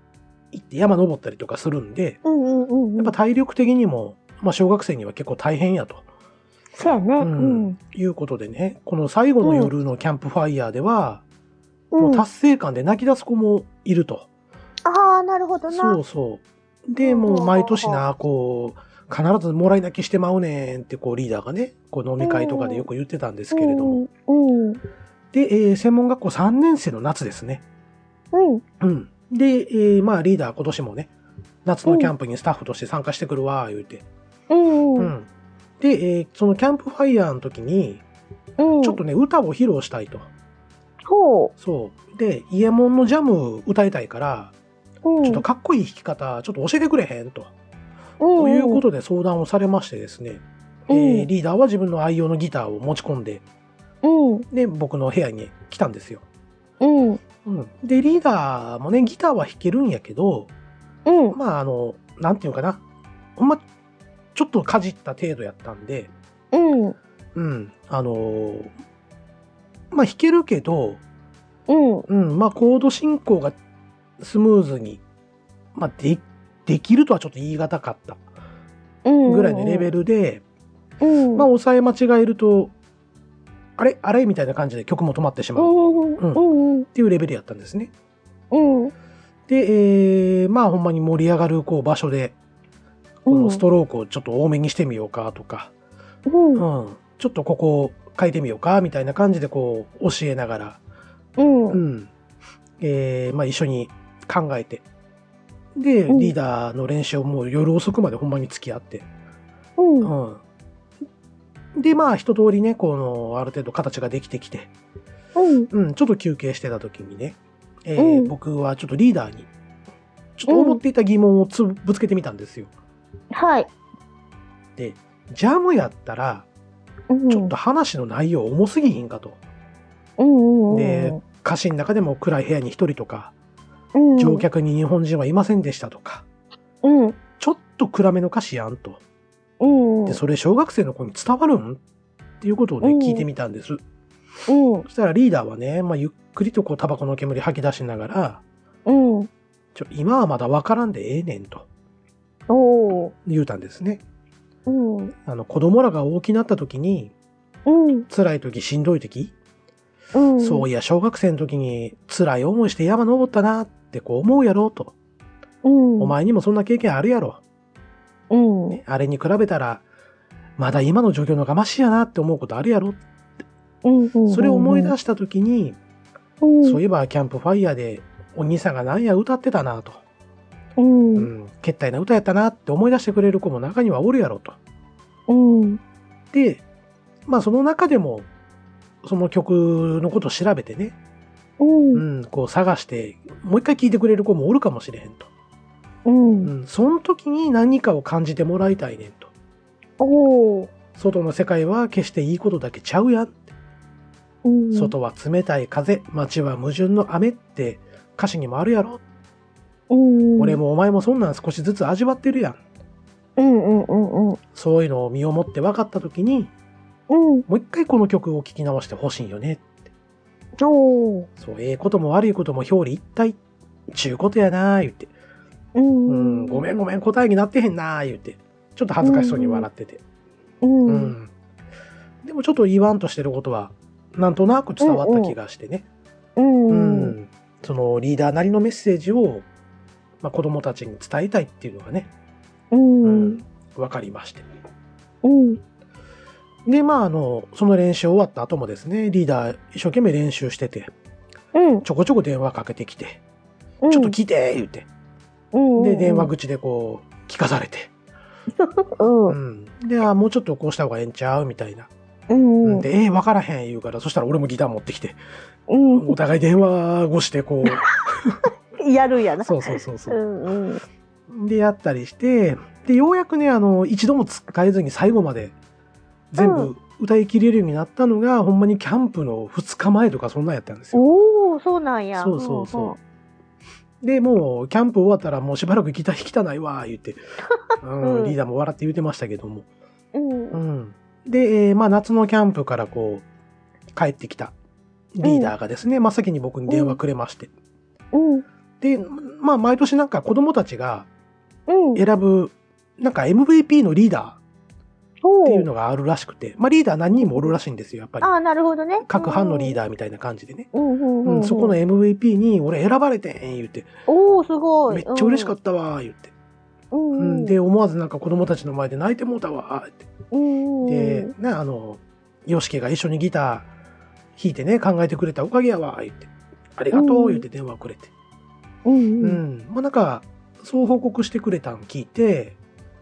Speaker 2: 行って山登ったりとかするんで、
Speaker 1: うんうんうんうん。
Speaker 2: やっぱ体力的にも、まあ、小学生には結構大変やと。
Speaker 1: そうやね。う
Speaker 2: うん
Speaker 1: ん。
Speaker 2: いうことでね、この最後の夜のキャンプファイヤーでは、もう
Speaker 1: うん。あ
Speaker 2: 達成感で泣き出す子もいると。
Speaker 1: あー、なるほど
Speaker 2: そ
Speaker 1: な。
Speaker 2: うそう。で、もう毎年な、こう、必ずもらい泣きしてまうねんって、こう、リーダーがね、こう飲み会とかでよく言ってたんですけれども。
Speaker 1: うん。うん。
Speaker 2: で、えー専門学校3年生の夏ですね。
Speaker 1: うん。
Speaker 2: うん。で、えーまあ、リーダー今年もね、夏のキャンプにスタッフとして参加してくるわ、言うて。
Speaker 1: うん。
Speaker 2: う
Speaker 1: うん。
Speaker 2: ん。で、えーそのキャンプファイヤーの時に、ちょっと。ね、歌を披露したいと。
Speaker 1: ほ
Speaker 2: そう。で、イエモンのジャム歌いたいから、
Speaker 1: う。うん。
Speaker 2: ちょっとかっこいい弾き方、ちょっと教えてくれへんと。
Speaker 1: と
Speaker 2: ということで相談をされましてですね、えー
Speaker 1: うん
Speaker 2: リーダーは自分の愛用のギターを持ち込んで、
Speaker 1: うん。
Speaker 2: で、僕の部屋に来たんですよ。
Speaker 1: うん。
Speaker 2: うん、で、リーダーもね、ギターは弾けるんやけど、
Speaker 1: うん。
Speaker 2: まあ、あの、なんていうかな、ほんま、ちょっとかじった程度やったんで、
Speaker 1: うん。
Speaker 2: うん、あのーまあ、弾けるけど、
Speaker 1: うん。
Speaker 2: うん、まあ、コード進行がスムーズに、まあ、で、できるとはちょっと言い難かった
Speaker 1: うん。
Speaker 2: ぐらいのレベ
Speaker 1: ル。
Speaker 2: ルで、
Speaker 1: うん。
Speaker 2: まあ、押さえ間違えると、あれあれみたいな感じで曲も止まってし
Speaker 1: う
Speaker 2: まうっ
Speaker 1: ん。うん。
Speaker 2: ていうレベルやったんですね。
Speaker 1: うん。
Speaker 2: で、えーまあ、ほんまに盛り上がる、こう、場所で、このストロークをちょっと多めにしてみようかとか、
Speaker 1: うん。うん。
Speaker 2: うん、ちょっとここを変えてみようかみたいな感じで、こう、教えながら、
Speaker 1: うん。
Speaker 2: う
Speaker 1: うん。
Speaker 2: ん。えーまあ、一緒に考えて。で、
Speaker 1: うん
Speaker 2: リーダーの練習をもう夜遅くまでほんまに付き合って。
Speaker 1: うん。
Speaker 2: うん。で、まあ、一通りね、この、ある程度形ができてきて、
Speaker 1: うん。
Speaker 2: うん、ちょっと休憩してた時にね、えー
Speaker 1: うん
Speaker 2: 僕はちょっとリーダーに、ちょっと思っていた疑問をつぶぶつけてみたんですよ。
Speaker 1: はい。
Speaker 2: で、ジャムやったら、
Speaker 1: うん
Speaker 2: ちょっと話の内容重すぎひんかと。
Speaker 1: うんうんうん
Speaker 2: で、歌詞の中でも暗い部屋に一人とか、
Speaker 1: うん
Speaker 2: 乗客に日本人はいませんでしたとか、
Speaker 1: うん
Speaker 2: ちょっと暗めの歌詞やんと。
Speaker 1: うんうん
Speaker 2: で、それ小学生の子に伝わるんっていうことをね、
Speaker 1: うん
Speaker 2: 聞いてみたんです。
Speaker 1: うん
Speaker 2: そしたらリーダーはね、まあ、ゆっくりとこう、タバコの煙吐き出しながら、
Speaker 1: うん
Speaker 2: ちょ、今はまだわからんでええねんと
Speaker 1: おー
Speaker 2: 言うたんですね。
Speaker 1: うん
Speaker 2: あの、子供らが大きなった時に、
Speaker 1: うん
Speaker 2: 辛い時、しんどい時、
Speaker 1: うん
Speaker 2: そういや、小学生の時に辛い思いして山登ったなってこう思うやろうと。
Speaker 1: うん
Speaker 2: お前にもそんな経験あるやろ。
Speaker 1: うんうん
Speaker 2: あれに比べたら、まだ今の状況のがましやなって思うことあるやろ。
Speaker 1: うんうん
Speaker 2: それを思い出した時に、
Speaker 1: うん
Speaker 2: そういえばキャンプファイヤーでお兄さんがなんや歌ってたなと。
Speaker 1: うん
Speaker 2: うん、決体な歌やったなって思い出してくれる子も中にはおるやろと。
Speaker 1: うん
Speaker 2: で、まあその中でも、その曲のことを調べてね、
Speaker 1: うん
Speaker 2: うん、こう探して、もう一回聴いてくれる子もおるかもしれへんと。
Speaker 1: うん
Speaker 2: うん、その時に何かを感じてもらいたいねんと。
Speaker 1: おー
Speaker 2: 外の世界は決していいことだけちゃうやん。
Speaker 1: うん
Speaker 2: 外は冷たい風、街は矛盾の雨って歌詞にもあるやろ。
Speaker 1: うん
Speaker 2: 俺もお前もそんなん少しずつ味わってるやん。
Speaker 1: うんうんうんうん
Speaker 2: そういうのを身をもって分かった時に、
Speaker 1: うん
Speaker 2: もう一回この曲を聴き直してほしいよね。
Speaker 1: おー
Speaker 2: そう、ええことも悪いことも表裏一体。ちゅうことやなー言って。
Speaker 1: う
Speaker 2: うん、
Speaker 1: ん
Speaker 2: ごめんごめん答えになってへんなー言って。ちょっと恥ずかしそうに笑ってて。
Speaker 1: う
Speaker 2: うんん。でもちょっと言わんとしてることは、なんとなく伝わった気がしてね。
Speaker 1: うん
Speaker 2: うんそのリーダーなりのメッセージを、まあ、子供たちに伝えたいっていうのがね、
Speaker 1: うん
Speaker 2: うん分かりまして。
Speaker 1: うん
Speaker 2: で、まあ、あの、その練習終わった後もですね、リーダー一生懸命練習してて、
Speaker 1: うん
Speaker 2: ちょこちょこ電話かけてきて、
Speaker 1: うん
Speaker 2: ちょっと聞いて言って。
Speaker 1: うん
Speaker 2: で、電話口でこう、聞かされて。
Speaker 1: うん
Speaker 2: う
Speaker 1: うん
Speaker 2: ん。で、あもうちょっとこうした方がええんちゃうみたいな。
Speaker 1: うん
Speaker 2: で、ええ分からへん言うから、そしたら俺もギター持ってきて、
Speaker 1: うん
Speaker 2: お互い電話越してこう、
Speaker 1: やるんやな
Speaker 2: そうそうそうそうう。
Speaker 1: んうん
Speaker 2: で、やったりして、で、ようやくね、あの、一度も使えずに最後まで全
Speaker 1: う
Speaker 2: 部歌い切れるようになったのが、ほんまにキャンプの2日前とかそんなんやったんですよ。
Speaker 1: おおそうなんや
Speaker 2: そうそうそう。で、もう、キャンプ終わったらもうしばらくギター弾きたないわ、言って、うん
Speaker 1: うん
Speaker 2: リーダーも笑って言ってましたけども。
Speaker 1: うん
Speaker 2: う
Speaker 1: うん
Speaker 2: ん。で、えーまあ、夏のキャンプからこう、帰ってきたリーダーがですね、真っ先に僕に電話くれまして。
Speaker 1: うん
Speaker 2: で、まあ、毎年なんか子供たちが
Speaker 1: うん
Speaker 2: 選ぶ、なんか MVP のリーダー、
Speaker 1: そ
Speaker 2: っていうのがあるらしくて、まあ、リーダー何人もおるらしいんですよ、やっぱり。
Speaker 1: ああなるほどね
Speaker 2: 各班のリー
Speaker 1: ダー
Speaker 2: ダーみたいな感じでね。
Speaker 1: うんう
Speaker 2: うん
Speaker 1: うん
Speaker 2: ん、そこの MVP に俺選ばれてん言って、
Speaker 1: おおすごい
Speaker 2: めっちゃ嬉しかったわ言って、
Speaker 1: たう
Speaker 2: うん、
Speaker 1: うんん
Speaker 2: で、思わずなんか子供たちの前で泣いてもうたわって。
Speaker 1: うんうん
Speaker 2: で、ね、あの、ヨシケが一緒にギター弾いてね、考えてくれたおかげやわ言って、ありがと
Speaker 1: う
Speaker 2: うん言って電話くれて。
Speaker 1: うん
Speaker 2: う、
Speaker 1: うんん
Speaker 2: まあなんか、そう報告してくれたん聞いて、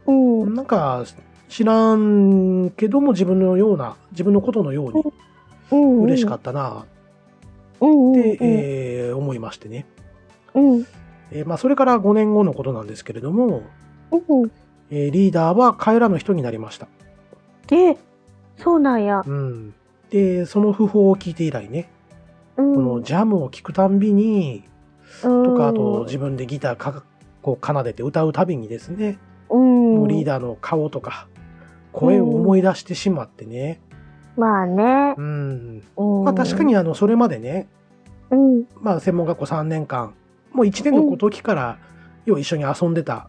Speaker 1: うん
Speaker 2: なんか、知らんけども自分のような、自分のことのように
Speaker 1: うん
Speaker 2: 嬉しかったな
Speaker 1: うん
Speaker 2: って、
Speaker 1: うん
Speaker 2: えー思いましてね、
Speaker 1: うん
Speaker 2: えーまあ、それから5年後のことなんですけれども、
Speaker 1: うん
Speaker 2: えーリーダーは帰らぬ人になりました、
Speaker 1: えそうなんや
Speaker 2: うん、でその訃報を聞いて以来ね、
Speaker 1: うん
Speaker 2: このジャムを聞くたんびにとかあと自分でギターかこう奏でて歌うたびにですね、
Speaker 1: うん
Speaker 2: もうリーダーの顔とか声を思い出してしまってね、
Speaker 1: まあね
Speaker 2: うん
Speaker 1: うん
Speaker 2: まあ、確かにあのそれまでね、
Speaker 1: うん
Speaker 2: まあ、専門学校3年間もう1年のごときから、よう一緒に遊んでた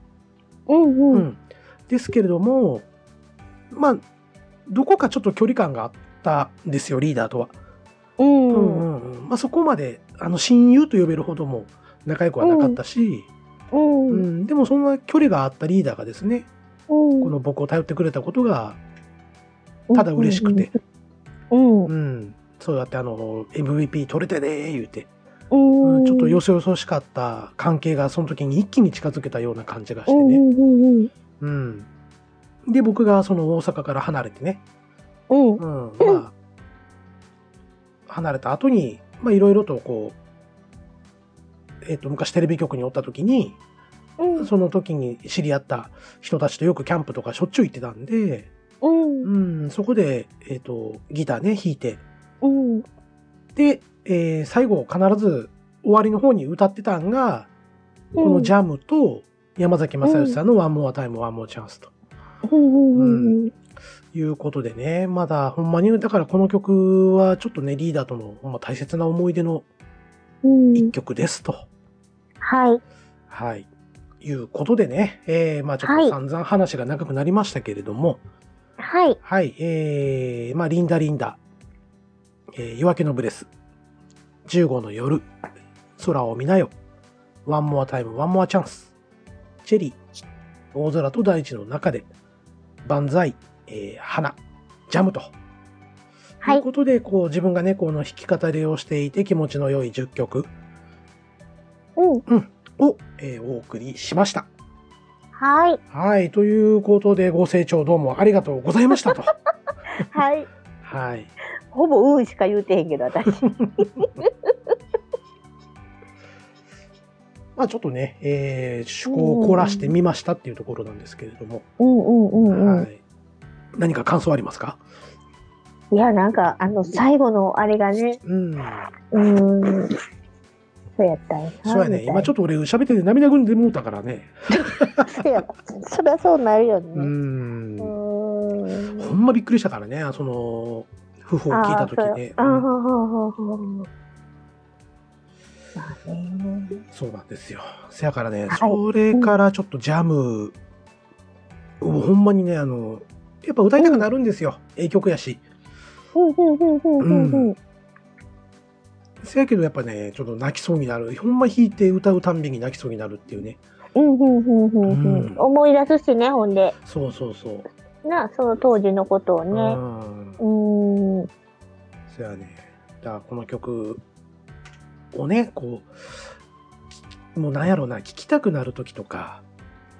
Speaker 1: うんう
Speaker 2: うんん、ですけれども、まあ、どこかちょっと距離感があったんですよ、リーダーとは。
Speaker 1: う
Speaker 2: うんんうんうんまあ、そこまであの親友と呼べるほども仲良くはなかったし、
Speaker 1: う
Speaker 2: うん
Speaker 1: ん
Speaker 2: でもそんな距離があったリーダーがですね、
Speaker 1: うん
Speaker 2: この僕を頼ってくれたことがただ嬉しくて、
Speaker 1: うん
Speaker 2: うんそうやってあの MVP 取れてね言うて、
Speaker 1: うん
Speaker 2: うんちょっとよそよそしかった関係がその時に一気に近づけたような感じがして
Speaker 1: う
Speaker 2: ね。
Speaker 1: んうんうん
Speaker 2: うんで僕がその大阪から離れてね、
Speaker 1: うん
Speaker 2: うん、まあ、離れた後に、まあ、いろいろとこう、えっ、と、昔テレビ局におった時に、
Speaker 1: うん
Speaker 2: その時に知り合った人たちとよくキャンプとかしょっちゅう行ってたんで、
Speaker 1: うん
Speaker 2: うん、そこで、えっ、と、ギターね、弾いて、
Speaker 1: うん
Speaker 2: で、えー最後必ず終わりの方に歌ってたんが、このジャムと山崎正義さんのワンモアタイム、ワンモアチャンスと
Speaker 1: うんうん
Speaker 2: いうことでね、まだほんまに、だからこの曲はちょっとね、リーダーとのほんま大切な思い出の
Speaker 1: うんうん
Speaker 2: 一曲ですと。
Speaker 1: はい
Speaker 2: はい。いうことでね、えー、まあちょっと散々話が長くなりましたけれども、
Speaker 1: はい
Speaker 2: はい、えー、まあリンダリンダ、えー、夜明けのブレス、15の夜、空を見なよ、ワンモアタイム、ワンモアチャンス、チェリー、大空と大地の中で、万歳、えー、花、ジャムと。
Speaker 1: はい
Speaker 2: ということで、こう自分がね、この弾き語りをしていて気持ちの良い10曲
Speaker 1: うん
Speaker 2: を、えーお送りしました。
Speaker 1: はい
Speaker 2: はい、ということで、ご清聴どうもありがとうござい ましたと。
Speaker 1: はい
Speaker 2: はい。
Speaker 1: ほぼうんしか言うてへんけど私
Speaker 2: まあちょっとね、えー、趣向を凝らしてみましたっていうところなんですけれども、
Speaker 1: うんうんうんう
Speaker 2: は
Speaker 1: ん
Speaker 2: い。何か感想ありますか
Speaker 1: いやなんかあの最後のあれがね
Speaker 2: うん。
Speaker 1: うーんそうやったんやな
Speaker 2: そうや
Speaker 1: み
Speaker 2: ね。
Speaker 1: たいな
Speaker 2: 今ちょっと俺喋ってて涙ぐんでもうたからね。
Speaker 1: そうやそりゃそうなるよね
Speaker 2: う。ん。
Speaker 1: う
Speaker 2: ほ
Speaker 1: ーん
Speaker 2: んまびっくりしたからね、その、夫婦を聞いた時ね。
Speaker 1: あーそうあー、
Speaker 2: うん
Speaker 1: ほうほうほうほうほうまあね
Speaker 2: そうなんですよ。せやからね、
Speaker 1: はい
Speaker 2: それからちょっとジャム、うんほんまにね、あの、やっぱ歌いたくなるんですよ。ええ曲やし。
Speaker 1: うんうんうんうんうんうん
Speaker 2: せやけどやっぱね、ちょっと泣きそうになる。ほんま弾いて歌うたんびに泣きそうになるっていうね。
Speaker 1: うんうんうんうんう
Speaker 2: うん
Speaker 1: ん思い出すしねほんで
Speaker 2: そうそうそう。
Speaker 1: なその当時のことを
Speaker 2: う
Speaker 1: ね
Speaker 2: ん。
Speaker 1: うーん
Speaker 2: そやね。だからこの曲をね、こう、きもうなんやろうな、聴きたくなる時とか、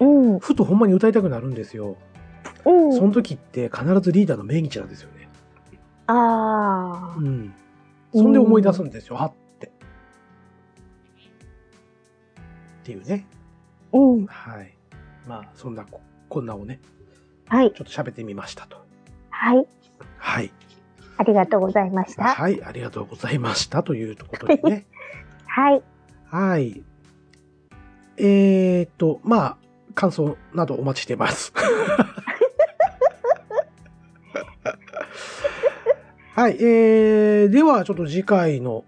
Speaker 1: うん
Speaker 2: ふとほんまに歌いたくなるんですよ。
Speaker 1: う
Speaker 2: そ
Speaker 1: ん
Speaker 2: の時って必ずリーダーの命日なんですよね。
Speaker 1: ああ
Speaker 2: うん。そんで思い出すんですよ、はって。っていうね。
Speaker 1: うん
Speaker 2: はい。まあ、そんなこ、こんなをね、
Speaker 1: はい
Speaker 2: ちょっと喋ってみましたと。
Speaker 1: はい
Speaker 2: はい。
Speaker 1: ありがとうございました
Speaker 2: はい、ありがとうございましたということでね。
Speaker 1: はい
Speaker 2: はい。えー、っと、まあ、感想などお待ちして ます。はい、えー、ではちょっと次回の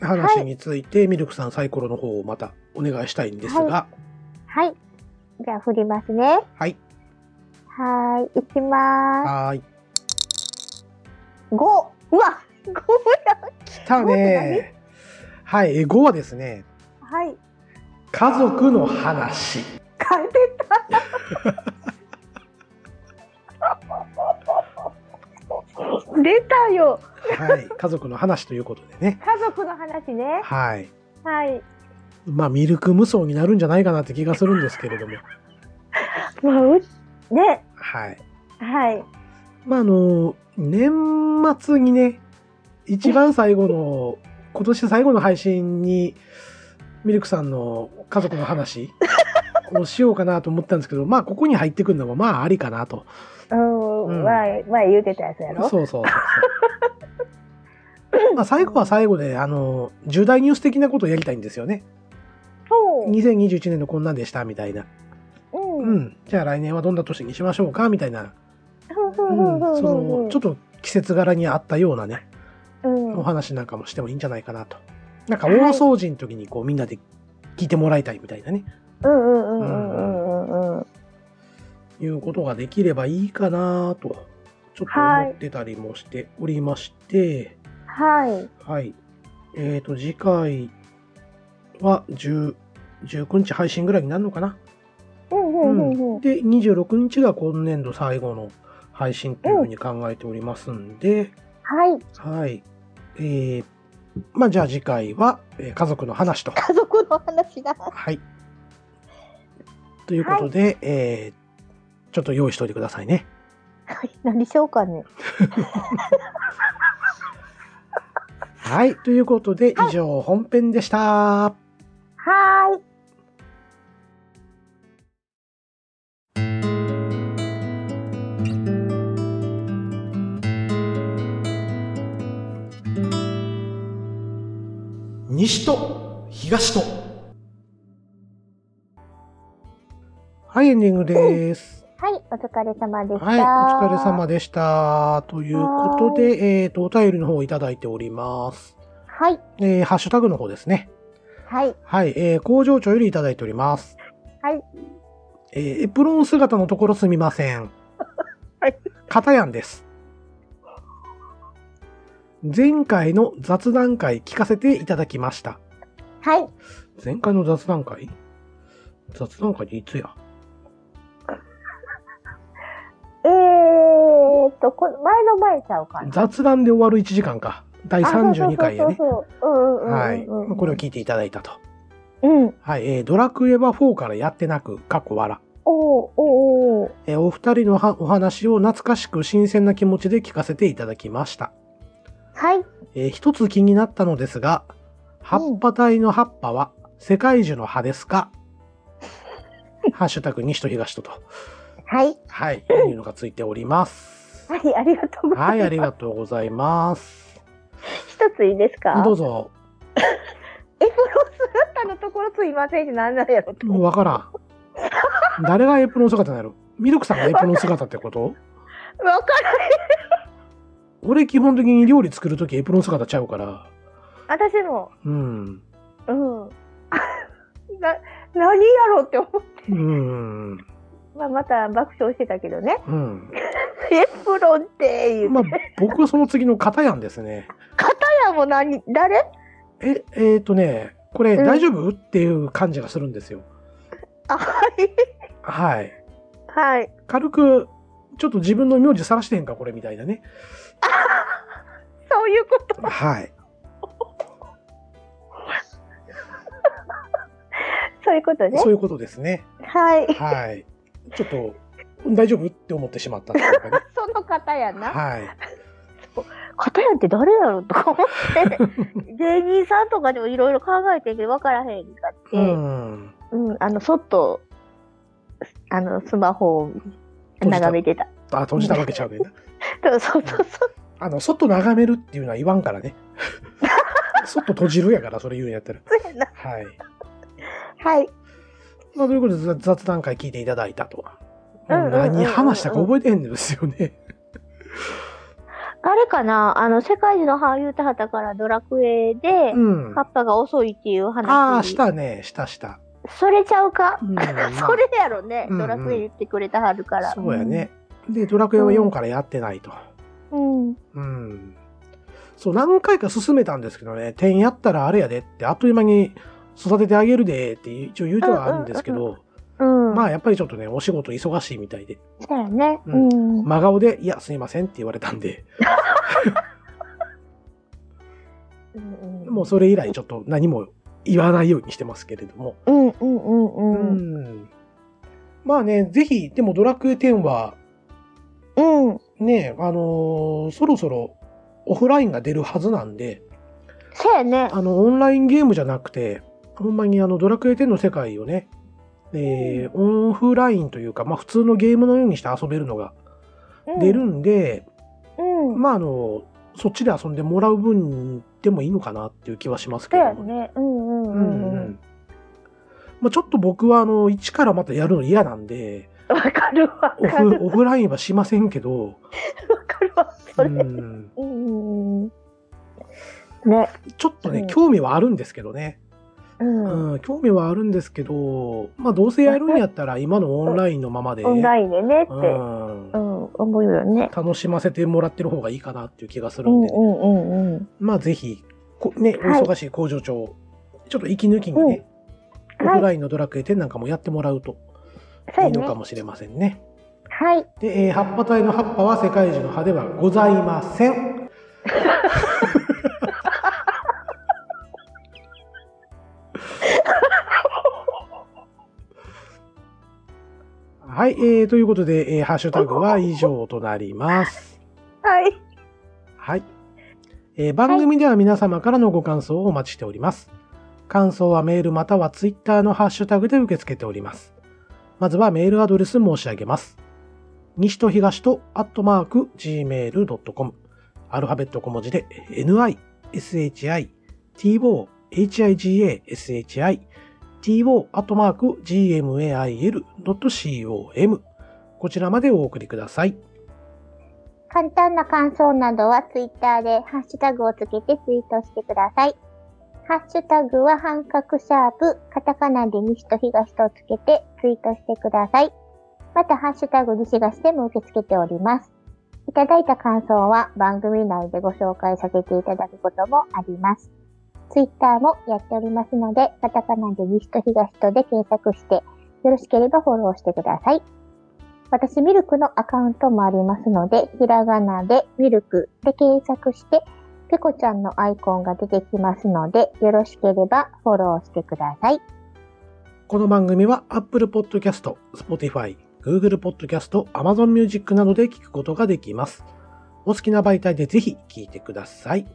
Speaker 2: 話について、ミルクさんサイコロの方をまたお願いしたいんですが、
Speaker 1: はいじゃあ振りますね
Speaker 2: はい、
Speaker 1: はーいいきまーす
Speaker 2: はーい、
Speaker 1: 五うわ五や
Speaker 2: 来たねー。はい、えー5はですね、
Speaker 1: はい
Speaker 2: 家族の話。
Speaker 1: 変えて た。出たよ。
Speaker 2: はい、家族の話ということでね。
Speaker 1: 家族の話ね。
Speaker 2: はい。
Speaker 1: はい。
Speaker 2: まあ、ミルク無双になるんじゃないかなって気がするんですけれども。
Speaker 1: まあ、うね。
Speaker 2: はい。
Speaker 1: はい。
Speaker 2: まあ、あの、年末にね、一番最後の、今年最後の配信に、ミルクさんの家族の話をしようかなと思ったんですけど、まあ、ここに入ってくるのも、まあ、ありかなと。
Speaker 1: うん、
Speaker 2: うん
Speaker 1: 前、前言うてたやつや
Speaker 2: そう
Speaker 1: ろ。
Speaker 2: そうそうそう。まあ、最後は最後で、あの、重大ニュース的なことをやりたいんですよね。
Speaker 1: そう。
Speaker 2: 2021年のこんなんでした、みたいな。
Speaker 1: うん。
Speaker 2: う
Speaker 1: うん。
Speaker 2: ん。じゃあ来年はどんな年にしましょうか、みたいな
Speaker 1: うん。う
Speaker 2: うん
Speaker 1: ん。
Speaker 2: そのちょっと季節柄に合ったようなね、
Speaker 1: うん。
Speaker 2: お話なんかもしてもいいんじゃないかなと。なんか大掃除の時にこうみんなで聞いてもらいたいみたいなね、
Speaker 1: うん。うん。うん。うん。うん。うん。
Speaker 2: い、うことができればいいかなと、ちょっと思ってたりもしておりまして、
Speaker 1: はい。
Speaker 2: はい。えっ、ー、と、次回は10、19日配信ぐらいになるのかな。
Speaker 1: うん。う。
Speaker 2: うん
Speaker 1: うん。
Speaker 2: ん、で、26日が今年度最後の配信というふうに考えておりますんで、
Speaker 1: はい。
Speaker 2: はい。えー、まあじゃあ次回は、えー家族の話と。
Speaker 1: 家族の話だ。
Speaker 2: はい。ということで、えーちょっと用意しておいてくださいね。
Speaker 1: はい。何しようかね。
Speaker 2: はい。ということで、以上、本編でした。
Speaker 1: はーい。
Speaker 2: 西と東と。はい、エンディングです。
Speaker 1: はい、お疲れ様でした。
Speaker 2: はい、お疲れ様でした。ということ
Speaker 1: は
Speaker 2: で、えっ、と、お便りの方をいただいております。
Speaker 1: はい、
Speaker 2: えー、ハッシュタグの方ですね。
Speaker 1: はい、
Speaker 2: はい、えー、工場長よりいただいております。
Speaker 1: はい。
Speaker 2: えー、エプロン姿のところすみません。
Speaker 1: はい。
Speaker 2: 片やんです。前回の雑談会聞かせていただきました。
Speaker 1: はい。
Speaker 2: 前回の雑談会雑談会っていつや
Speaker 1: えーっと、こ前の前ちゃうかな。
Speaker 2: 雑談で終わる1時間か。第32回やね。
Speaker 1: そうそうそうそう。うんうんうんうん。
Speaker 2: はい。まあこれを聞いていただいたと。
Speaker 1: うん。
Speaker 2: はい。えー、ドラクエは4からやってなく、過去笑。
Speaker 1: おーおーおー
Speaker 2: えーお二人のはお話を懐かしく新鮮な気持ちで聞かせていただきました。
Speaker 1: はい。
Speaker 2: えー一つ気になったのですが、葉っぱ体の葉っぱは世界樹の葉ですか、ハッシュタグ西と東とと。
Speaker 1: はい。
Speaker 2: はい。いうのがついております。
Speaker 1: はい、ありがとうござ
Speaker 2: はいい、
Speaker 1: ま
Speaker 2: ありがとうございます。
Speaker 1: す。一ついいですか
Speaker 2: どうぞ。
Speaker 1: エプロン姿のところすいませんって何なんやろって
Speaker 2: もうわからん。誰がエプロン姿になるミルクさんがエプロン姿ってこと
Speaker 1: わからん。
Speaker 2: 俺基本的に料理作るときエプロン姿ちゃうから。
Speaker 1: 私も、
Speaker 2: うん。
Speaker 1: うん。 な、何やろって思う。
Speaker 2: うん。
Speaker 1: まあ、また爆笑してたけどね。
Speaker 2: うん。
Speaker 1: エプロンって言う。
Speaker 2: まあ、僕はその次の方やんですね。
Speaker 1: やもう何、誰
Speaker 2: え、えー、とね、これ
Speaker 1: うん
Speaker 2: 大丈夫、っていう感じがするんですよ。
Speaker 1: あ、はい。
Speaker 2: はい。
Speaker 1: はい。
Speaker 2: 軽く、ちょっと自分の名字さらしてへんか、これみたいなね。
Speaker 1: そういうこと。
Speaker 2: はい。
Speaker 1: そういうことね
Speaker 2: そ。ういうことですね。
Speaker 1: はい。
Speaker 2: はい。ちょっと、大丈夫って思ってしまったっていうかね。
Speaker 1: その方やな。
Speaker 2: はい。
Speaker 1: 方やって誰やろとか思 って、芸人さんとかでもいろいろ考えてんけど分からへんかって、
Speaker 2: う
Speaker 1: うん、
Speaker 2: ん。
Speaker 1: あの、そっと、あの、スマホを眺めてた。
Speaker 2: あ、閉じたわけちゃうねんな。
Speaker 1: そうそうそうそう。
Speaker 2: あの、外眺めるっていうのは言わ んからね。外閉じるやから、それ言うんやったら。
Speaker 1: そうやな。
Speaker 2: はい。
Speaker 1: はい。
Speaker 2: まあ、ということで雑雑談会聞いていただいたと。
Speaker 1: うんうんうんうん
Speaker 2: 何話したか覚えてへんですよ ね。
Speaker 1: あれかなあの、世界中の俳優てはたからドラクエで、
Speaker 2: うん。
Speaker 1: カッパが遅いっていう話。
Speaker 2: ああ、したね、したした。
Speaker 1: それちゃうか、
Speaker 2: うん
Speaker 1: それやろね、
Speaker 2: うんう
Speaker 1: ド
Speaker 2: ん
Speaker 1: ラクエ言ってくれたはるから。
Speaker 2: そうやね。で、ドラクエは4からやってないと。
Speaker 1: うん。
Speaker 2: うん。そう、何回か進めたんですけどね、点やったらあれやでって、あっという間に育ててあげるでって一応言うてはあるんですけ
Speaker 1: うんう
Speaker 2: ど、
Speaker 1: うん。
Speaker 2: まあやっぱりちょっとね、お仕事忙しいみたいで、
Speaker 1: そうやね。
Speaker 2: う
Speaker 1: うんん。
Speaker 2: 真顔で、いや、すいませんって言われたんで、
Speaker 1: うんうん
Speaker 2: もうそれ以来ちょっと何も言わないようにしてますけれども。
Speaker 1: うんうんうんうん。
Speaker 2: うんまあね、ぜひ、でもドラクエ10は、
Speaker 1: うん。
Speaker 2: ね、あのーそろそろオフラインが出るはずなんで、
Speaker 1: そうやね。
Speaker 2: あの、オンラインゲームじゃなくて、ほんまにあの、ドラクエ10の世界をね、えーオフラインというか、まあ普通のゲームのようにして遊べるのが出るんで、
Speaker 1: うん。うん。
Speaker 2: まああの、そっちで遊んでもらう分でもいいのかなっていう気はしますけ
Speaker 1: そう
Speaker 2: ど
Speaker 1: やね。うんうん
Speaker 2: う
Speaker 1: うん
Speaker 2: うん
Speaker 1: うん
Speaker 2: ん。まあちょっと僕はあの、一からまたやるの嫌なんで、
Speaker 1: わかるわ
Speaker 2: オ
Speaker 1: か
Speaker 2: フ
Speaker 1: る。
Speaker 2: オフラインはしませんけど、
Speaker 1: わかるわ。そうれ。
Speaker 2: ん、
Speaker 1: うんうんうん。ね。
Speaker 2: ちょっとね、
Speaker 1: うん
Speaker 2: 興味はあるんですけどね、
Speaker 1: うん。
Speaker 2: うん、興味はあるんですけど、まあ、どうせやるんやったら、今のオンラインのままで、
Speaker 1: オンラインでねって。
Speaker 2: うん
Speaker 1: う、ん。思うよね。
Speaker 2: 楽しませてもらってる方がいいかなっていう気がす
Speaker 1: う
Speaker 2: るん
Speaker 1: ん
Speaker 2: で、
Speaker 1: うんうんうん。
Speaker 2: まあ、ぜひ、こね、お
Speaker 1: はい
Speaker 2: 忙しい工場長、ちょっと息抜きにね、
Speaker 1: うん
Speaker 2: オ
Speaker 1: はい
Speaker 2: フラインのドラクエ10なんかもやってもらうと
Speaker 1: そう
Speaker 2: い
Speaker 1: や
Speaker 2: いのか
Speaker 1: ね。
Speaker 2: もしれませんね。
Speaker 1: はい。
Speaker 2: で、えー葉っぱ体の葉っぱは世界中の葉ではございません。はい、えー、ということで、えーハッシュタグは以上となります。
Speaker 1: はい。
Speaker 2: はい。えー番組では皆様からのご感想をお待ちしております。感想はメールまたはツイッターのハッシュタグで受け付けております。まずはメールアドレス申し上げます。西と東とアットマーク gmail.com アルファベット小文字で ni, shi, to, higashi.to.gmail.com こちらまでお送りください。
Speaker 4: 簡単な感想などはツイッターでハッシュタグをつけてツイートしてください。ハッシュタグは半角シャープ、カタカナで西と東とつけてツイートしてください。またハッシュタグ西がしても受け付けております。いただいた感想は番組内でご紹介させていただくこともあります。ツイッターもやっておりますので、カタカナで西と東とで検索して、よろしければフォローしてください。私、ミルクのアカウントもありますので、ひらがなでミルクで検索して、ペコちゃんのアイコンが出てきますので、よろしければフォローしてください。
Speaker 2: この番組は Apple Podcast、Spotify、Google Podcast、Amazon Music などで聞くことができます。お好きな媒体でぜひ聞いてください。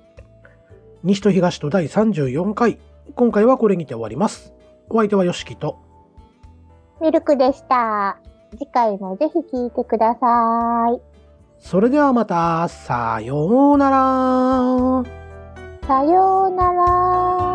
Speaker 2: 西と東と第34回。今回はこれにて終わります。お相手はよしきと。
Speaker 4: ミルクでした。次回もぜひ聞いてください。
Speaker 2: それではまた、さようなら。
Speaker 4: さようなら。